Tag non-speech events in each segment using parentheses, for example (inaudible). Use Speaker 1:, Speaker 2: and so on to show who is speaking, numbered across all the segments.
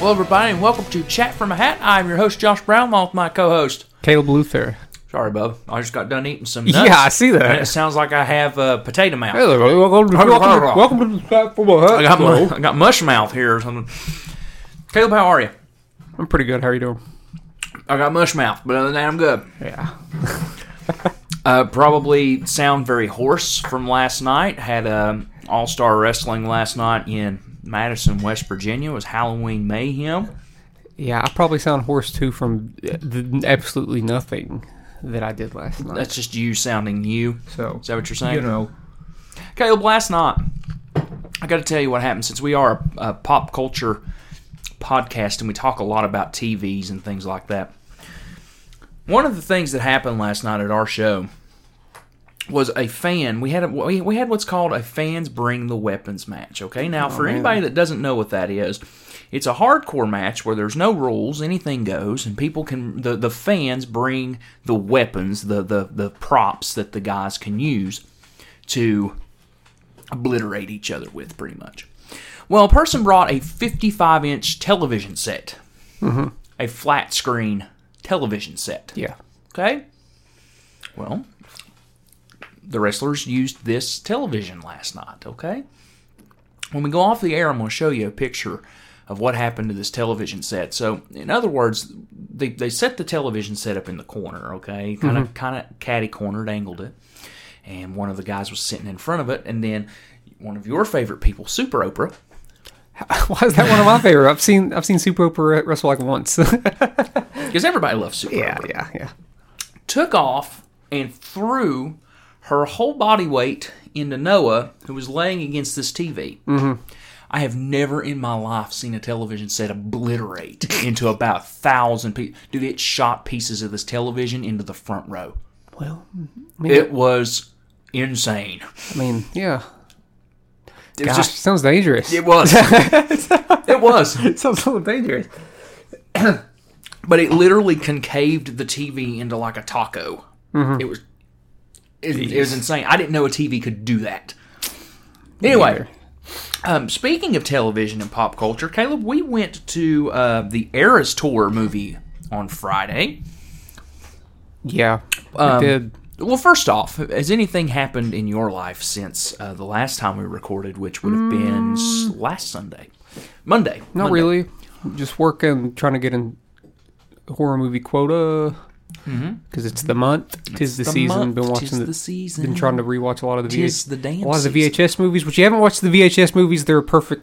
Speaker 1: Well, everybody, and welcome to Chat from a Hat. I'm your host, Josh Brown, along with my co-host.
Speaker 2: Caleb Luther.
Speaker 1: Sorry, bub. I just got done eating some nuts.
Speaker 2: (laughs) Yeah, I see
Speaker 1: And it
Speaker 2: that.
Speaker 1: sounds like I have uh, potato mouth.
Speaker 2: Hey, welcome, to, welcome, to, welcome to the platform.
Speaker 1: I got, mu- I got mush mouth here or something. Caleb, how are you?
Speaker 2: I'm pretty good. How are you doing?
Speaker 1: I got mush mouth, but other than that, I'm good.
Speaker 2: Yeah.
Speaker 1: (laughs) Uh, probably sound very hoarse from last night. Had um, All Star Wrestling last night in Madison, West Virginia. It was Halloween Mayhem.
Speaker 2: Yeah, I probably sound hoarse too from the absolutely nothing that I did last night.
Speaker 1: That's just you sounding you.
Speaker 2: so,
Speaker 1: Is that what you're saying?
Speaker 2: you know,
Speaker 1: Caleb, last night, I got to tell you what happened. Since we are a, a pop culture podcast and we talk a lot about TVs and things like that, one of the things that happened last night at our show was a fan. We had a, we, we had what's called a fans bring the weapons match. Okay, now for anybody that doesn't know what that is. It's a hardcore match where there's no rules, anything goes, and people can the, the fans bring the weapons, the, the the props that the guys can use to obliterate each other with, pretty much. Well, a person brought a 55 inch television set, a flat screen television set.
Speaker 2: yeah. (laughs)
Speaker 1: Okay? Well, the wrestlers used this television last night, okay? When we go off the air, I'm going to show you a picture of what happened to this television set. So, in other words, they, they set the television set up in the corner, okay? Kind of kind of catty cornered, angled it. And one of the guys was sitting in front of it, and then one of your favorite people, Super Oprah,
Speaker 2: Why is that one of my favorite? I've seen I've seen Super Oprah wrestle like once.
Speaker 1: because everybody loves Super Oprah.
Speaker 2: (laughs) yeah, yeah.
Speaker 1: took off and threw her whole body weight into Noah, who was laying against this TV. I have never in my life seen a television set obliterate into about a thousand people. Dude, it shot pieces of this television into the front row.
Speaker 2: Well,
Speaker 1: It was insane.
Speaker 2: I mean, yeah.
Speaker 1: It was
Speaker 2: Gosh,
Speaker 1: just.
Speaker 2: sounds
Speaker 1: (laughs)
Speaker 2: dangerous.
Speaker 1: It was. it was.
Speaker 2: It (laughs) sounds a little dangerous.
Speaker 1: But it literally concaved the TV into like a taco.
Speaker 2: Mm-hmm.
Speaker 1: It was. It, it was insane. I didn't know a TV could do that. Anyway.
Speaker 2: Neither.
Speaker 1: Um, speaking of television and pop culture, Caleb, we went to uh, the Eras Tour movie on Friday.
Speaker 2: Yeah,
Speaker 1: Um,
Speaker 2: it did.
Speaker 1: Well, first off, has anything happened in your life since uh, the last time we recorded, which would have been s last Sunday, Monday?
Speaker 2: Mm. Not
Speaker 1: Monday.
Speaker 2: really. Just working, trying to get in horror movie quota because it's the month, tis
Speaker 1: Mm-hmm.
Speaker 2: the,
Speaker 1: the
Speaker 2: season.
Speaker 1: month,
Speaker 2: been watching
Speaker 1: tis the season.
Speaker 2: Been trying to rewatch a lot of the
Speaker 1: Tis
Speaker 2: VH,
Speaker 1: the damn
Speaker 2: a lot of the
Speaker 1: season.
Speaker 2: VHS movies. Which you haven't watched the VHS movies. They're perfect.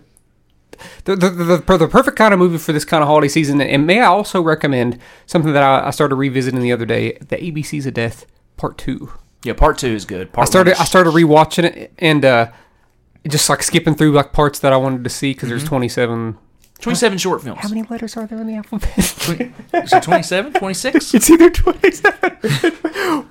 Speaker 2: They're, they're, they're, they're the perfect kind of movie for this kind of holiday season. And may I also recommend something that I, I started revisiting the other day: the ABCs of Death Part Two.
Speaker 1: Yeah, part two is good. Part
Speaker 2: I started
Speaker 1: One
Speaker 2: I
Speaker 1: is,
Speaker 2: started rewatching it and uh, just like skipping through like parts that I wanted to see because there's
Speaker 1: Mm-hmm.
Speaker 2: 27.
Speaker 1: twenty-seven short films.
Speaker 2: How many letters are there in the alphabet?
Speaker 1: Is it 27, 26?
Speaker 2: (laughs) It's either 27.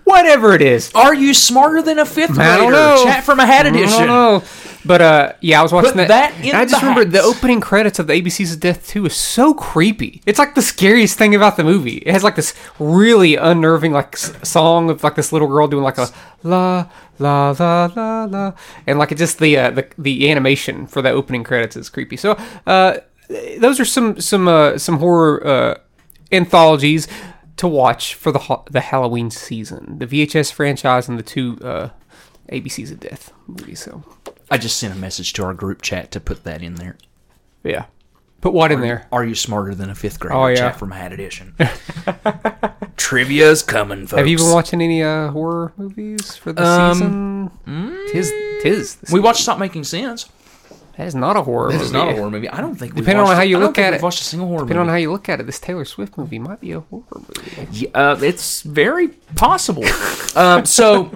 Speaker 2: Whatever it is.
Speaker 1: (laughs) Are you smarter than a fifth grader?
Speaker 2: I don't know.
Speaker 1: Chat from a hat
Speaker 2: I
Speaker 1: edition.
Speaker 2: don't know. But uh, yeah, I was watching
Speaker 1: Put that
Speaker 2: that.
Speaker 1: in
Speaker 2: and I
Speaker 1: the
Speaker 2: just remembered the
Speaker 1: hats.
Speaker 2: opening credits of the ABCs of Death 2 is so creepy. It's like the scariest thing about the movie. It has like this really unnerving like s- song of like this little girl doing like a la la la la la and like it just the uh, the the animation for that opening credits is creepy. So uh, those are some some uh, some horror uh, anthologies to watch for the ho- the Halloween season. The VHS franchise and the two uh, ABCs of Death movies. So
Speaker 1: I just sent a message to our group chat to put that in there.
Speaker 2: yeah, put what in there?
Speaker 1: Are you smarter than a fifth grader?
Speaker 2: Oh, yeah.
Speaker 1: Chat from a hat edition. (laughs) Trivia's coming, folks.
Speaker 2: Have you been watching any uh, horror movies for the
Speaker 1: Um,
Speaker 2: season? tis tis. the
Speaker 1: We
Speaker 2: season.
Speaker 1: watched Stop Making Sense.
Speaker 2: that is not a horror.
Speaker 1: That
Speaker 2: movie.
Speaker 1: is not a horror movie. I don't think. we
Speaker 2: Depending on
Speaker 1: watched
Speaker 2: how
Speaker 1: it.
Speaker 2: you
Speaker 1: I don't
Speaker 2: look
Speaker 1: think
Speaker 2: at
Speaker 1: we've
Speaker 2: it.
Speaker 1: watched a single horror
Speaker 2: (laughs) Depending on
Speaker 1: movie.
Speaker 2: how you look at it, this Taylor Swift movie might be a horror movie.
Speaker 1: Yeah, uh, it's very possible. um, so,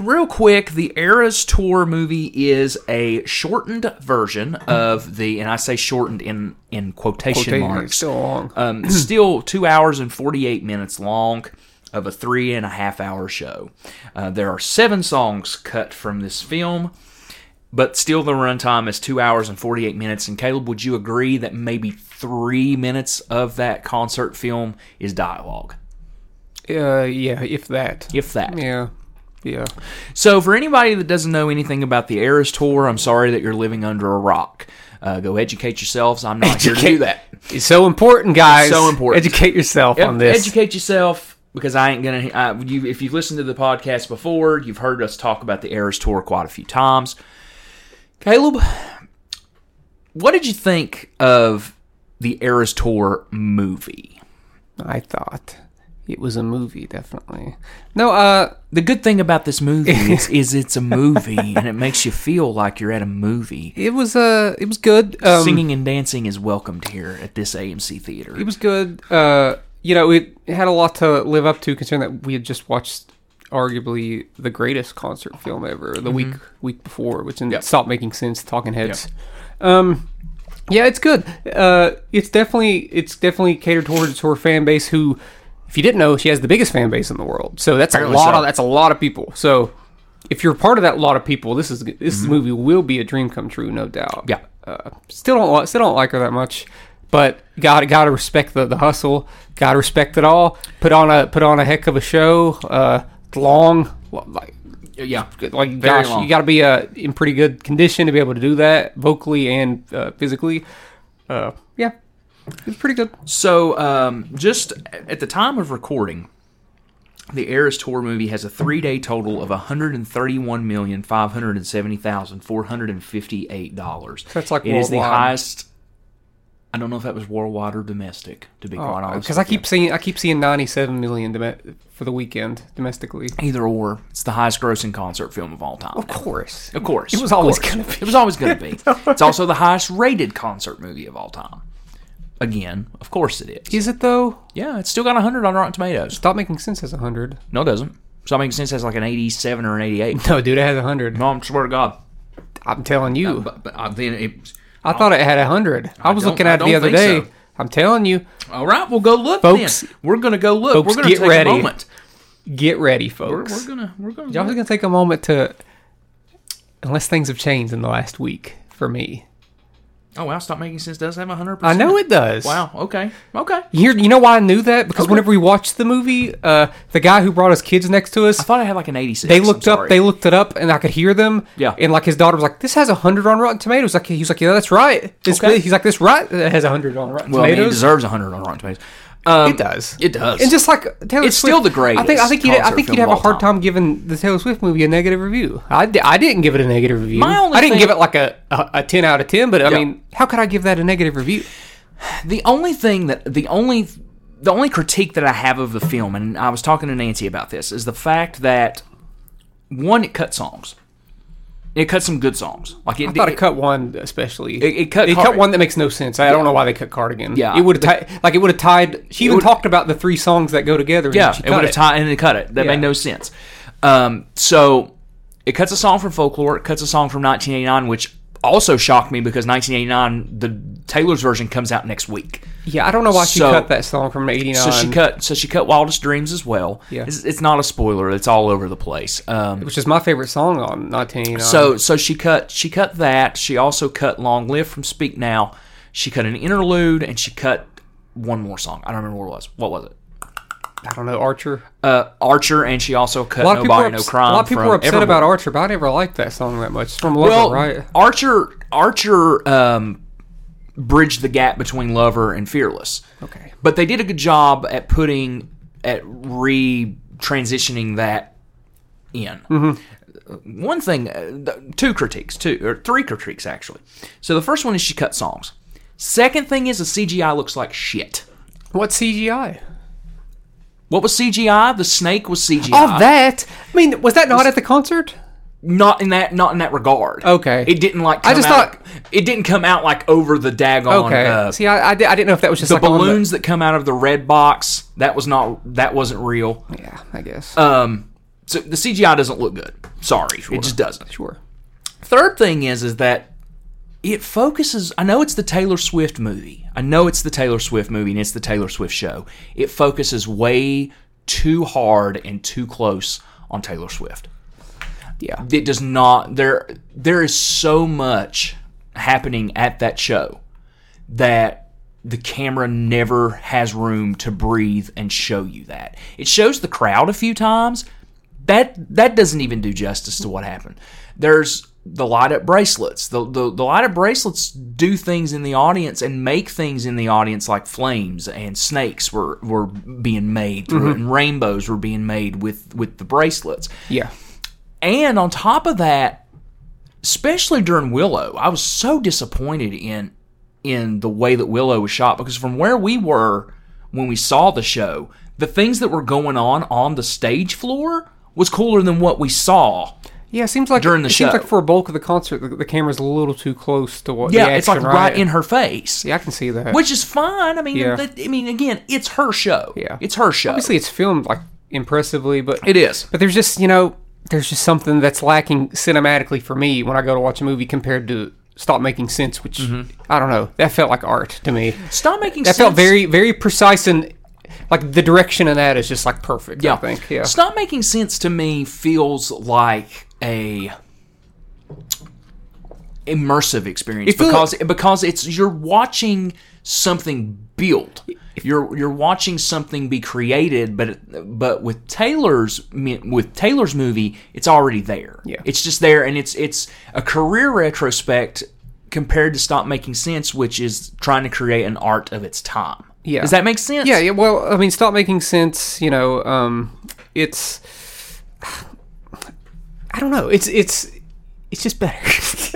Speaker 1: real quick, the Eras Tour movie is a shortened version of the, and I say shortened in in quotation
Speaker 2: Quotation
Speaker 1: marks.
Speaker 2: still long.
Speaker 1: um, (clears throat) still two hours and 48 minutes long of a three and a half hour show. Uh, there are seven songs cut from this film, but still the runtime is two hours and 48 minutes. And Caleb, would you agree that maybe three minutes of that concert film is dialogue?
Speaker 2: Uh, yeah, if that.
Speaker 1: If that.
Speaker 2: Yeah, yeah.
Speaker 1: So, for anybody that doesn't know anything about the Eras Tour, I'm sorry that you're living under a rock. Uh, go educate yourselves. I'm not here to
Speaker 2: Educate-
Speaker 1: do that.
Speaker 2: It's so important, guys.
Speaker 1: so important.
Speaker 2: Educate yourself on this.
Speaker 1: Educate yourself because I ain't gonna. I, you, if you've listened to the podcast before, you've heard us talk about the Eras Tour quite a few times. Caleb, what did you think of the Eras Tour movie?
Speaker 2: I thought it was a movie, definitely. No, uh,
Speaker 1: The good thing about this
Speaker 2: (laughs)
Speaker 1: movie is, is it's a movie and it makes you feel like you're at a movie.
Speaker 2: it was uh, it was good. Um,
Speaker 1: Singing and dancing is welcomed here at this AMC theater.
Speaker 2: It was good. Uh, you know, it had a lot to live up to, considering that we had just watched arguably the greatest concert film ever the week week before, which didn't stop making sense. Talking Heads. Um, yeah, it's good. Uh, it's definitely it's definitely catered towards her fan base, who, if you didn't know, she has the biggest fan base in the world. So that's a
Speaker 1: Apparently
Speaker 2: lot
Speaker 1: so.
Speaker 2: of that's a lot of people. So. If you're part of that lot of people, this is this movie will be a dream come true, no doubt
Speaker 1: Mm-hmm. Yeah.
Speaker 2: uh, still don't li- still don't like her that much, but got got to respect the, the hustle. Got to respect it all. Put on a put on a heck of a show. Uh, long well, like
Speaker 1: yeah,
Speaker 2: like
Speaker 1: Very
Speaker 2: gosh,
Speaker 1: long.
Speaker 2: you got to be uh, in pretty good condition to be able to do that vocally and uh, physically. Uh, yeah, it's pretty good.
Speaker 1: So, um, just at the time of recording, the Eras Tour movie has a three day total of $131,570,458.
Speaker 2: That's like
Speaker 1: It is the
Speaker 2: worldwide.
Speaker 1: highest. I don't know if that was worldwide or domestic, to be quite honest.
Speaker 2: Because Oh, I
Speaker 1: with you.
Speaker 2: keep seeing I keep seeing ninety seven million dom- for the weekend domestically.
Speaker 1: Either or. It's the highest grossing concert film of all time.
Speaker 2: Of course,
Speaker 1: Of course.
Speaker 2: It was
Speaker 1: of
Speaker 2: always
Speaker 1: course.
Speaker 2: gonna be.
Speaker 1: It was always going to
Speaker 2: (laughs)
Speaker 1: be. It's also the highest rated concert movie of all time. Again, of course it is.
Speaker 2: is it though?
Speaker 1: Yeah, it's still got 100 on Rotten Tomatoes.
Speaker 2: Stop making sense as hundred.
Speaker 1: No, it doesn't. So that makes sense. That's like an 87 or an 88.
Speaker 2: No, dude, it has
Speaker 1: (laughs)
Speaker 2: hundred.
Speaker 1: No, I swear to God.
Speaker 2: I'm telling you.
Speaker 1: But, but uh, then it,
Speaker 2: I thought it had 100. I, was
Speaker 1: don't-
Speaker 2: looking
Speaker 1: I
Speaker 2: at it the
Speaker 1: don't
Speaker 2: other
Speaker 1: think
Speaker 2: day.
Speaker 1: so.
Speaker 2: I'm telling you,
Speaker 1: all right, we'll go look.
Speaker 2: Folks-
Speaker 1: then. we're gonna go look.
Speaker 2: folks,
Speaker 1: we're gonna
Speaker 2: get
Speaker 1: take
Speaker 2: ready.
Speaker 1: a moment.
Speaker 2: get ready,
Speaker 1: We're,
Speaker 2: folks.
Speaker 1: we're gonna we're gonna.
Speaker 2: Y'all are going to take a moment to, unless things have changed in the last week for me.
Speaker 1: oh wow, stop making sense. Does have hundred
Speaker 2: I
Speaker 1: percent.
Speaker 2: know it does.
Speaker 1: Wow. Okay. Okay.
Speaker 2: You, hear, you know why I knew that? Because whenever we watched the movie, uh, the guy who brought his kids next to us,
Speaker 1: I thought I had like an 86.
Speaker 2: they
Speaker 1: I'm
Speaker 2: looked up,
Speaker 1: sorry.
Speaker 2: they looked it up, and I could hear them.
Speaker 1: Yeah.
Speaker 2: And like his daughter was like, "This has hundred on Rotten Tomatoes." Like he was like, "Yeah, that's right." This
Speaker 1: Okay.
Speaker 2: he's like, "This right it has hundred on Rotten
Speaker 1: well, I mean, it
Speaker 2: Tomatoes."
Speaker 1: deserves hundred on Rotten Tomatoes. Um,
Speaker 2: It does.
Speaker 1: It does.
Speaker 2: And just like Taylor
Speaker 1: It's
Speaker 2: Swift,
Speaker 1: still the greatest
Speaker 2: I think I think you'd, I
Speaker 1: concert
Speaker 2: think you'd
Speaker 1: film
Speaker 2: have
Speaker 1: of
Speaker 2: a
Speaker 1: all
Speaker 2: hard
Speaker 1: time.
Speaker 2: time giving the Taylor Swift movie a negative review. I, di- I didn't give it a negative review.
Speaker 1: My only
Speaker 2: I didn't
Speaker 1: thing-
Speaker 2: give it like a, a, a ten out of ten. But I
Speaker 1: Yeah.
Speaker 2: mean, how could I give that a negative review?
Speaker 1: the only thing that the only the only critique that I have of the film, and I was talking to Nancy about this, is the fact that one, it cut songs. It cut some good songs. Like it,
Speaker 2: I thought it cut one especially.
Speaker 1: It- it cut
Speaker 2: It cut
Speaker 1: Cardi-
Speaker 2: one that makes no sense. I don't know why they cut Cardigan.
Speaker 1: Yeah.
Speaker 2: It would have ti- like it would have tied. She even
Speaker 1: would-
Speaker 2: talked about the three songs that go together. and
Speaker 1: Yeah,
Speaker 2: she
Speaker 1: it
Speaker 2: cut
Speaker 1: would have tied and it cut it. That
Speaker 2: Yeah.
Speaker 1: made no sense. Um, so it cuts a song from folklore. It cuts a song from 1989, which also shocked me because 1989, the Taylor's version comes out next week.
Speaker 2: Yeah, I don't know why she
Speaker 1: So-
Speaker 2: cut that song from '89.
Speaker 1: So she cut. So she cut Wildest Dreams as well.
Speaker 2: Yeah.
Speaker 1: it's, it's not a spoiler. It's all over the place. Um,
Speaker 2: which is my favorite song on um, 1989.
Speaker 1: so so she cut. She cut that. She also cut Long Live from Speak Now. She cut an interlude and she cut one more song. I don't remember what it was. What was it?
Speaker 2: I don't know Archer.
Speaker 1: Uh, Archer, and she also cut
Speaker 2: A lot of people are
Speaker 1: Nobody No
Speaker 2: ups-
Speaker 1: Crime.
Speaker 2: a lot of people
Speaker 1: from
Speaker 2: are upset
Speaker 1: Evermore.
Speaker 2: about Archer, but I never liked that song that much. It's From Love
Speaker 1: Well,
Speaker 2: and Riot.
Speaker 1: Archer Archer um, bridged the gap between Lover and Fearless.
Speaker 2: Okay.
Speaker 1: But they did a good job at putting at re transitioning that in. One thing, uh, th- two critiques, two or three critiques actually. So the first one is she cut songs. Second thing is the CGI looks like shit.
Speaker 2: What CGI?
Speaker 1: What was CGI? The snake was CGI.
Speaker 2: Of that, Ah. I mean, was that not at the concert?
Speaker 1: not in that not in that regard.
Speaker 2: Okay.
Speaker 1: It didn't like. Come I just
Speaker 2: just
Speaker 1: thought it didn't come out like over the daggone.
Speaker 2: Okay.
Speaker 1: Uh,
Speaker 2: See, I, I, di- I didn't know if that was just
Speaker 1: the
Speaker 2: like on
Speaker 1: balloons that come out of the red box that was not that wasn't real.
Speaker 2: yeah, I guess.
Speaker 1: Um, so the CGI doesn't look good. Sorry, it just doesn't.
Speaker 2: sure.
Speaker 1: Third thing is is that it focuses. I know it's the Taylor Swift movie. I know it's the Taylor Swift movie and it's the Taylor Swift show. It focuses way too hard and too close on Taylor Swift
Speaker 2: Yeah.
Speaker 1: it does not there there is so much happening at that show that the camera never has room to breathe and show you that it shows the crowd a few times that that doesn't even do justice to what happened there's the light up bracelets. The, the the light up bracelets do things in the audience and make things in the audience like flames and snakes were, were being made through it and rainbows were being made with, with the bracelets.
Speaker 2: Yeah.
Speaker 1: And on top of that, especially during Willow, I was so disappointed in in the way that Willow was shot because from where we were when we saw the show, the things that were going on on the stage floor was cooler than what we saw.
Speaker 2: Yeah, it seems like
Speaker 1: During the
Speaker 2: it seems
Speaker 1: show.
Speaker 2: like for a bulk of the concert, the, the camera's a little too close to what.
Speaker 1: Yeah,
Speaker 2: the
Speaker 1: it's like
Speaker 2: action,
Speaker 1: right, in her face,
Speaker 2: Yeah, I can see that.
Speaker 1: which is fine. I mean,
Speaker 2: Yeah.
Speaker 1: that- I mean, again, it's her show.
Speaker 2: Yeah.
Speaker 1: it's her show.
Speaker 2: Obviously, it's filmed like impressively, but
Speaker 1: it is.
Speaker 2: But there's just you know there's just something that's lacking cinematically for me when I go to watch a movie compared to Stop Making Sense, which I don't know. That felt like art to me.
Speaker 1: Stop making. Mm-hmm. sense.
Speaker 2: That felt very very precise and like the direction of that is just like perfect.
Speaker 1: Yeah.
Speaker 2: I think. Yeah.
Speaker 1: Stop making sense to me feels like a immersive experience
Speaker 2: feel-
Speaker 1: because because it's you're watching something build. You're you're watching something be created, but but with Taylor's mi- with Taylor's movie, it's already there.
Speaker 2: Yeah.
Speaker 1: It's just there, and it's it's a career retrospect compared to Stop Making Sense, which is trying to create an art of its time.
Speaker 2: Yeah.
Speaker 1: Does that make sense?
Speaker 2: Yeah, yeah. Well, I mean, stop making sense. You know, um, it's. I don't know. It's it's it's just better.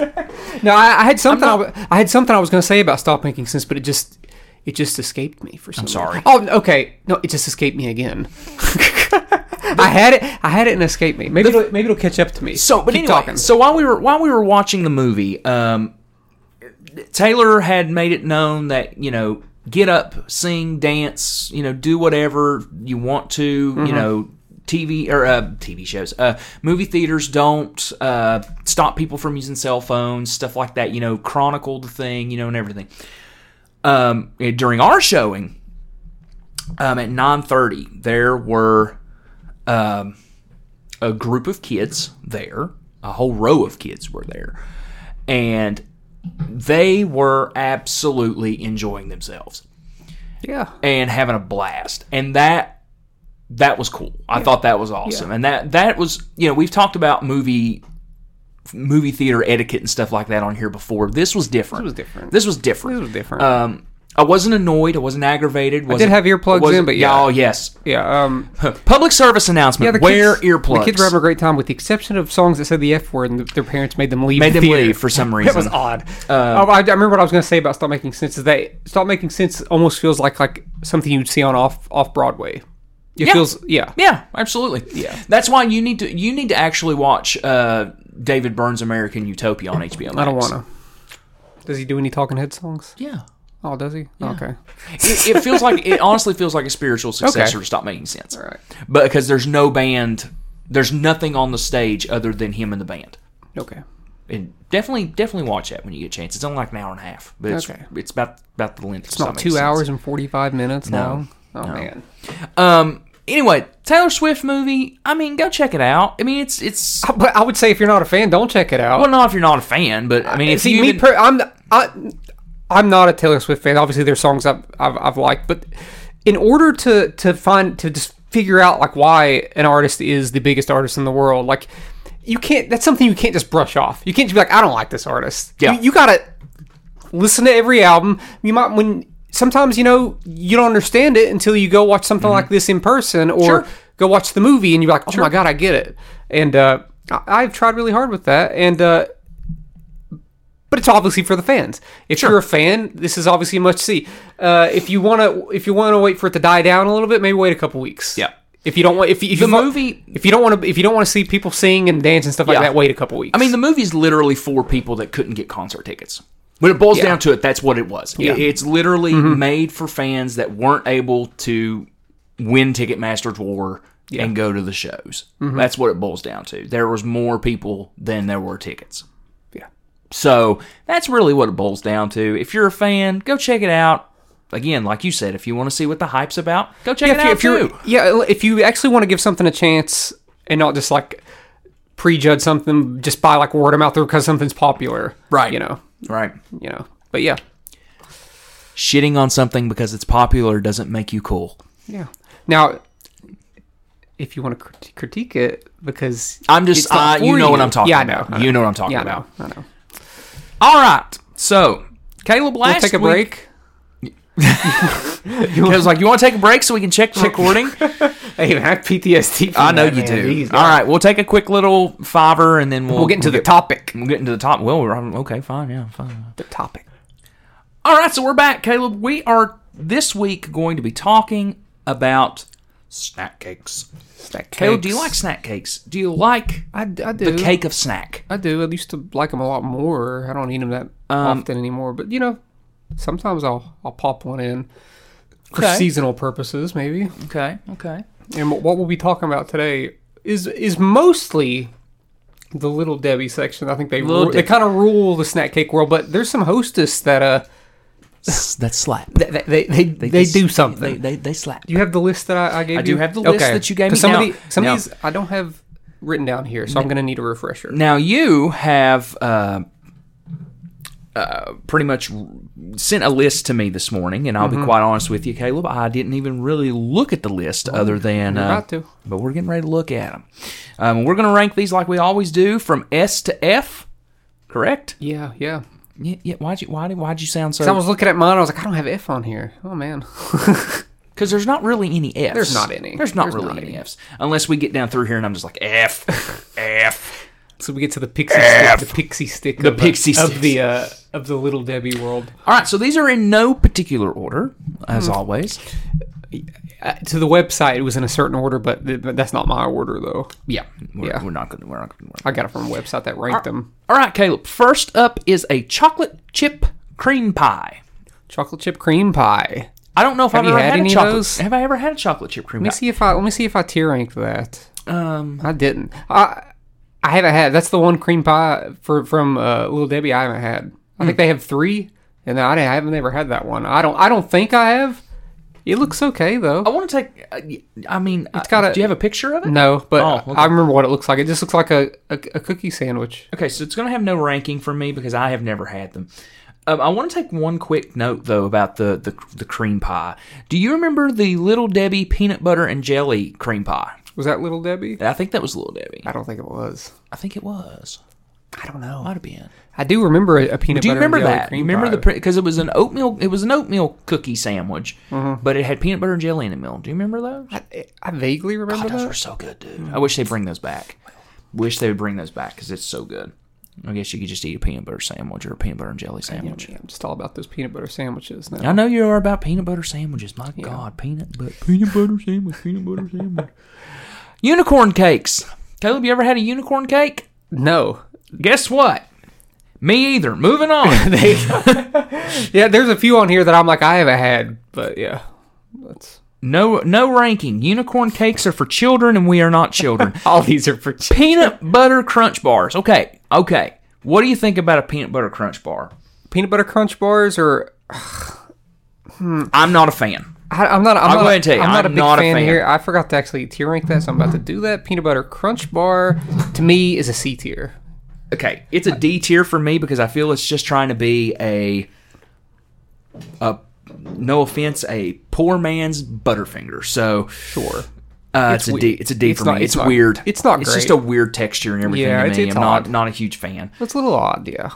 Speaker 2: (laughs) no, I, I had something. I wa- I had something I was going to say about stop making sense, but it just it just escaped me for some.
Speaker 1: sorry.
Speaker 2: reason. Oh, okay. No, it just escaped me again. (laughs) I had it. I had it and it escaped me. Maybe it'll, maybe it'll catch up to me.
Speaker 1: So, but
Speaker 2: Keep
Speaker 1: anyway,
Speaker 2: talking.
Speaker 1: so while we were while we were watching the movie, um, Taylor had made it known that you know get up, sing, dance, you know, do whatever you want to,
Speaker 2: Mm-hmm.
Speaker 1: you know. TV or uh, TV shows, uh, movie theaters don't uh, stop people from using cell phones, stuff like that. You know, chronicle the thing, you know, and everything. Um, during our showing, um, at nine thirty, there were a group of kids there, a whole row of kids were there, and they were absolutely enjoying themselves
Speaker 2: yeah.
Speaker 1: and having a blast. And that that was cool. I thought that was awesome. And that that was, you know, we've talked about movie movie theater etiquette and stuff like that on here before. This was different. This
Speaker 2: was different.
Speaker 1: This was different.
Speaker 2: It was different.
Speaker 1: Um I wasn't annoyed. I wasn't aggravated. Wasn't,
Speaker 2: have earplugs
Speaker 1: wasn't-
Speaker 2: in, but yeah.
Speaker 1: Oh, yes. (laughs)
Speaker 2: yeah. Um.
Speaker 1: Public service announcement.
Speaker 2: the
Speaker 1: Wear
Speaker 2: kids,
Speaker 1: earplugs.
Speaker 2: The kids were having a great time, with the exception of songs that said the F word, and th- their parents made them leave.
Speaker 1: Made
Speaker 2: the
Speaker 1: them
Speaker 2: theater.
Speaker 1: leave for some uh, reason.
Speaker 2: (laughs) That was odd. oh, I, I remember what I was going to say about Stop Making Sense. Is that Stop Making Sense almost feels like like something you'd see on off off Broadway. It
Speaker 1: Yeah.
Speaker 2: feels yeah.
Speaker 1: Yeah, absolutely. Yeah, that's why you need to you need to actually watch uh, David Burns' American Utopia on HBO. Max.
Speaker 2: I don't want to. Does he do any Talking Head songs?
Speaker 1: Yeah,
Speaker 2: Oh, does he? Okay.
Speaker 1: it, it feels like it honestly feels like a spiritual successor
Speaker 2: Okay.
Speaker 1: to Stop Making Sense. All
Speaker 2: right.
Speaker 1: but because there's no band, there's nothing on the stage other than him and the band.
Speaker 2: Okay.
Speaker 1: And definitely, definitely watch that when you get a chance. It's only like an hour and a half, but it's,
Speaker 2: Okay.
Speaker 1: it's about about the length.
Speaker 2: It's not two hours and forty five minutes long. Oh man.
Speaker 1: Um. Anyway, Taylor Swift movie. I mean, go check it out. I mean, it's it's.
Speaker 2: But I would say if you're not a fan, don't check it out.
Speaker 1: Well, not if you're not a fan, but I mean, if
Speaker 2: Uh, See
Speaker 1: you
Speaker 2: me,
Speaker 1: even-
Speaker 2: per- I'm I, I'm not a Taylor Swift fan. Obviously, there's songs I've, I've I've liked, but in order to to find to just figure out like why an artist is the biggest artist in the world, like you can't. That's something you can't just brush off. You can't just be like, I don't like this artist.
Speaker 1: Yeah.
Speaker 2: you, you gotta listen to every album. You might when sometimes you know you don't understand it until you go watch something like this in person or
Speaker 1: Mm-hmm. Sure.
Speaker 2: go watch the movie and you're like, oh my god, I get it. And uh, I, I've tried really hard with that, and uh, but it's obviously for the fans. If you're a fan, this is obviously a must see. Uh, if you wanna if you wanna wait for it to die down a little bit, maybe wait a couple weeks.
Speaker 1: Yeah.
Speaker 2: If you don't want if, you- if
Speaker 1: The
Speaker 2: you want-
Speaker 1: movie-
Speaker 2: if you don't want to if you don't want to see people sing and dance and stuff like
Speaker 1: Yeah.
Speaker 2: that, wait a couple weeks.
Speaker 1: I mean, the movie's literally for people that couldn't get concert tickets. When it boils down to it, that's what it was. It-
Speaker 2: Yeah. Mm-hmm.
Speaker 1: it's literally made for fans that weren't able to win Ticketmaster's war and go to the shows.
Speaker 2: Mm-hmm.
Speaker 1: That's what it boils down to. There was more people than there were tickets.
Speaker 2: yeah.
Speaker 1: So that's really what it boils down to. If you're a fan, go check it out. Again, like you said, if you want to see what the hype's about, go check it out
Speaker 2: if, you,
Speaker 1: too.
Speaker 2: if you're yeah if you actually want to give something a chance and not just like prejudge something just by like word of mouth or because something's popular
Speaker 1: Right.
Speaker 2: you know
Speaker 1: Right.
Speaker 2: you know but yeah
Speaker 1: Shitting on something because it's popular doesn't make you cool.
Speaker 2: yeah now if you want to crit- critique it because
Speaker 1: I'm just,
Speaker 2: it's not
Speaker 1: uh, you
Speaker 2: for
Speaker 1: know what I'm talking
Speaker 2: yeah,
Speaker 1: about.
Speaker 2: I know. I
Speaker 1: You know what I'm
Speaker 2: know.
Speaker 1: talking
Speaker 2: yeah,
Speaker 1: about.
Speaker 2: I know. I know.
Speaker 1: All right. So, Caleb, last
Speaker 2: We'll take a
Speaker 1: week-
Speaker 2: break.
Speaker 1: I was like, you want to take a break so we can check the recording? (laughs)
Speaker 2: Hey, man, I have PTSD. From
Speaker 1: I know
Speaker 2: that,
Speaker 1: you
Speaker 2: man.
Speaker 1: do.
Speaker 2: Jeez,
Speaker 1: All right, we'll take a quick little fiver and then we'll,
Speaker 2: We'll get into the topic.
Speaker 1: We'll get into the top. Well, we're okay, fine, yeah, fine.
Speaker 2: The topic.
Speaker 1: All right, so we're back, Caleb. We are this week going to be talking about snack cakes.
Speaker 2: Snack
Speaker 1: Caleb, do you
Speaker 2: cakes.
Speaker 1: like snack cakes? Do you like
Speaker 2: I, I do.
Speaker 1: the cake of snack?
Speaker 2: I do. I used to like them a lot more. I don't eat them that
Speaker 1: Um,
Speaker 2: often anymore. But you know, sometimes I'll I'll pop one in for
Speaker 1: Okay.
Speaker 2: seasonal purposes, maybe.
Speaker 1: Okay, okay.
Speaker 2: And what we'll be talking about today is is mostly the Little Debbie section. I think they
Speaker 1: Little
Speaker 2: ru- they
Speaker 1: Debbie.
Speaker 2: kind of rule the snack cake world, but there's some hostess that uh
Speaker 1: S- That slap.
Speaker 2: that, that- they they, they, do
Speaker 1: They,
Speaker 2: something.
Speaker 1: they, they slap.
Speaker 2: do you have the list that I, I gave
Speaker 1: I
Speaker 2: you?
Speaker 1: do have the list that you gave
Speaker 2: 'Cause
Speaker 1: me.
Speaker 2: Some
Speaker 1: Now-
Speaker 2: of, the, some
Speaker 1: now-
Speaker 2: of these I don't have written down here, so I'm going to need a refresher.
Speaker 1: Now you have uh, uh, pretty much r- sent a list to me this morning, and I'll
Speaker 2: Mm-hmm.
Speaker 1: be quite honest with you, Caleb. I didn't even really look at the list other than uh,
Speaker 2: about to.
Speaker 1: but we're getting ready to look at them. Um, we're going to rank these like we always do, from S to F. Correct?
Speaker 2: Yeah, yeah.
Speaker 1: Yeah. yeah. Why'd you why did, why'd you sound
Speaker 2: So I
Speaker 1: so?
Speaker 2: was looking at mine. I was like, I don't have F on here. Oh man.
Speaker 1: Because there's not really any Fs.
Speaker 2: There's not any.
Speaker 1: There's not
Speaker 2: There's
Speaker 1: really
Speaker 2: not
Speaker 1: any
Speaker 2: any.
Speaker 1: Fs unless we get down through here, and I'm just like
Speaker 2: (laughs)
Speaker 1: F, F.
Speaker 2: (laughs) so we get to the pixie stick. The pixie stick. The of,
Speaker 1: pixie sticks.
Speaker 2: of the uh, of the little Debbie world.
Speaker 1: All right, so these are in no particular order, as
Speaker 2: Mm.
Speaker 1: always.
Speaker 2: Uh, to the website, it was in a certain order, but, th- but that's not my order though.
Speaker 1: Yeah, we're,
Speaker 2: Yeah.
Speaker 1: we're not going to. We're not going to.
Speaker 2: I got it from a website that ranked them.
Speaker 1: All right, Caleb. First up is a chocolate chip cream pie.
Speaker 2: Chocolate chip cream pie.
Speaker 1: I don't know if I've
Speaker 2: you
Speaker 1: ever
Speaker 2: had
Speaker 1: had,
Speaker 2: any
Speaker 1: a
Speaker 2: of
Speaker 1: chocolate.
Speaker 2: those?
Speaker 1: Have I ever had a chocolate chip cream
Speaker 2: Let me
Speaker 1: pie?
Speaker 2: see if I let me see if I tier ranked that.
Speaker 1: Um,
Speaker 2: I didn't. I I haven't had. That's the one cream pie for from uh, Little Debbie. I haven't had. I
Speaker 1: Hmm.
Speaker 2: think they have three, and I, I haven't ever had that one. I don't. I don't think I have. It looks okay though.
Speaker 1: I want to take. uh, I mean, it's
Speaker 2: got a-
Speaker 1: Do you have a picture of it?
Speaker 2: No, but
Speaker 1: Oh, okay.
Speaker 2: I remember what it looks like. It just looks like a, a, a cookie sandwich.
Speaker 1: Okay, so it's going to have no ranking for me because I have never had them. Um, I want to take one quick note though about the, the the cream pie. Do you remember the Little Debbie peanut butter and jelly cream pie?
Speaker 2: Was that Little Debbie?
Speaker 1: I think that was Little Debbie.
Speaker 2: I don't think it was.
Speaker 1: I think it was.
Speaker 2: I don't know.
Speaker 1: Might have been.
Speaker 2: I do remember a, a peanut
Speaker 1: Do you
Speaker 2: butter and
Speaker 1: remember
Speaker 2: jelly
Speaker 1: that? You
Speaker 2: cream
Speaker 1: remember
Speaker 2: pie.
Speaker 1: the because it was an oatmeal. It was an oatmeal cookie sandwich,
Speaker 2: Mm-hmm.
Speaker 1: but it had peanut butter and jelly in the middle. Do you remember those?
Speaker 2: I, I vaguely remember
Speaker 1: Those were
Speaker 2: that.
Speaker 1: so good, dude. I wish they'd bring those back. Wish they would bring those back because it's so good. I guess you could just eat a peanut butter sandwich or a peanut butter and jelly sandwich.
Speaker 2: Yeah, I'm just all about those peanut butter sandwiches now.
Speaker 1: I know you are about peanut butter sandwiches. My God, peanut butter, peanut
Speaker 2: (laughs)
Speaker 1: butter sandwich, peanut butter sandwich. unicorn cakes. Caleb, you ever had a unicorn cake?
Speaker 2: No. (laughs)
Speaker 1: Guess what? Me either. Moving on.
Speaker 2: Yeah, there's a few on here that I'm like I haven't had, but yeah, that's
Speaker 1: No, no ranking. Unicorn cakes are for children, and we are not
Speaker 2: (laughs)
Speaker 1: children.
Speaker 2: all these are for.
Speaker 1: peanut butter crunch bars. Okay, okay. What do you think about a peanut butter crunch bar?
Speaker 2: peanut butter crunch bars or
Speaker 1: I'm not a fan.
Speaker 2: I, I'm not. I'm
Speaker 1: I'll
Speaker 2: not,
Speaker 1: go ahead and tell you,
Speaker 2: I'm not a
Speaker 1: I'm
Speaker 2: big
Speaker 1: not a
Speaker 2: fan,
Speaker 1: fan.
Speaker 2: here. I forgot to actually tier rank that, so I'm about to do that. Peanut butter crunch bar to me is a C tier.
Speaker 1: Okay, it's a D tier for me because I feel it's just trying to be a, a no offense, a poor man's Butterfinger. So
Speaker 2: Sure.
Speaker 1: uh, it's, a D.
Speaker 2: weird.
Speaker 1: It's a D
Speaker 2: It's
Speaker 1: for
Speaker 2: not-
Speaker 1: me. It's,
Speaker 2: it's not-
Speaker 1: weird.
Speaker 2: it's not
Speaker 1: It's just
Speaker 2: great.
Speaker 1: a weird texture and everything.
Speaker 2: Yeah,
Speaker 1: to me.
Speaker 2: it's- it's
Speaker 1: I'm
Speaker 2: odd.
Speaker 1: not not a huge fan.
Speaker 2: It's a little odd, yeah.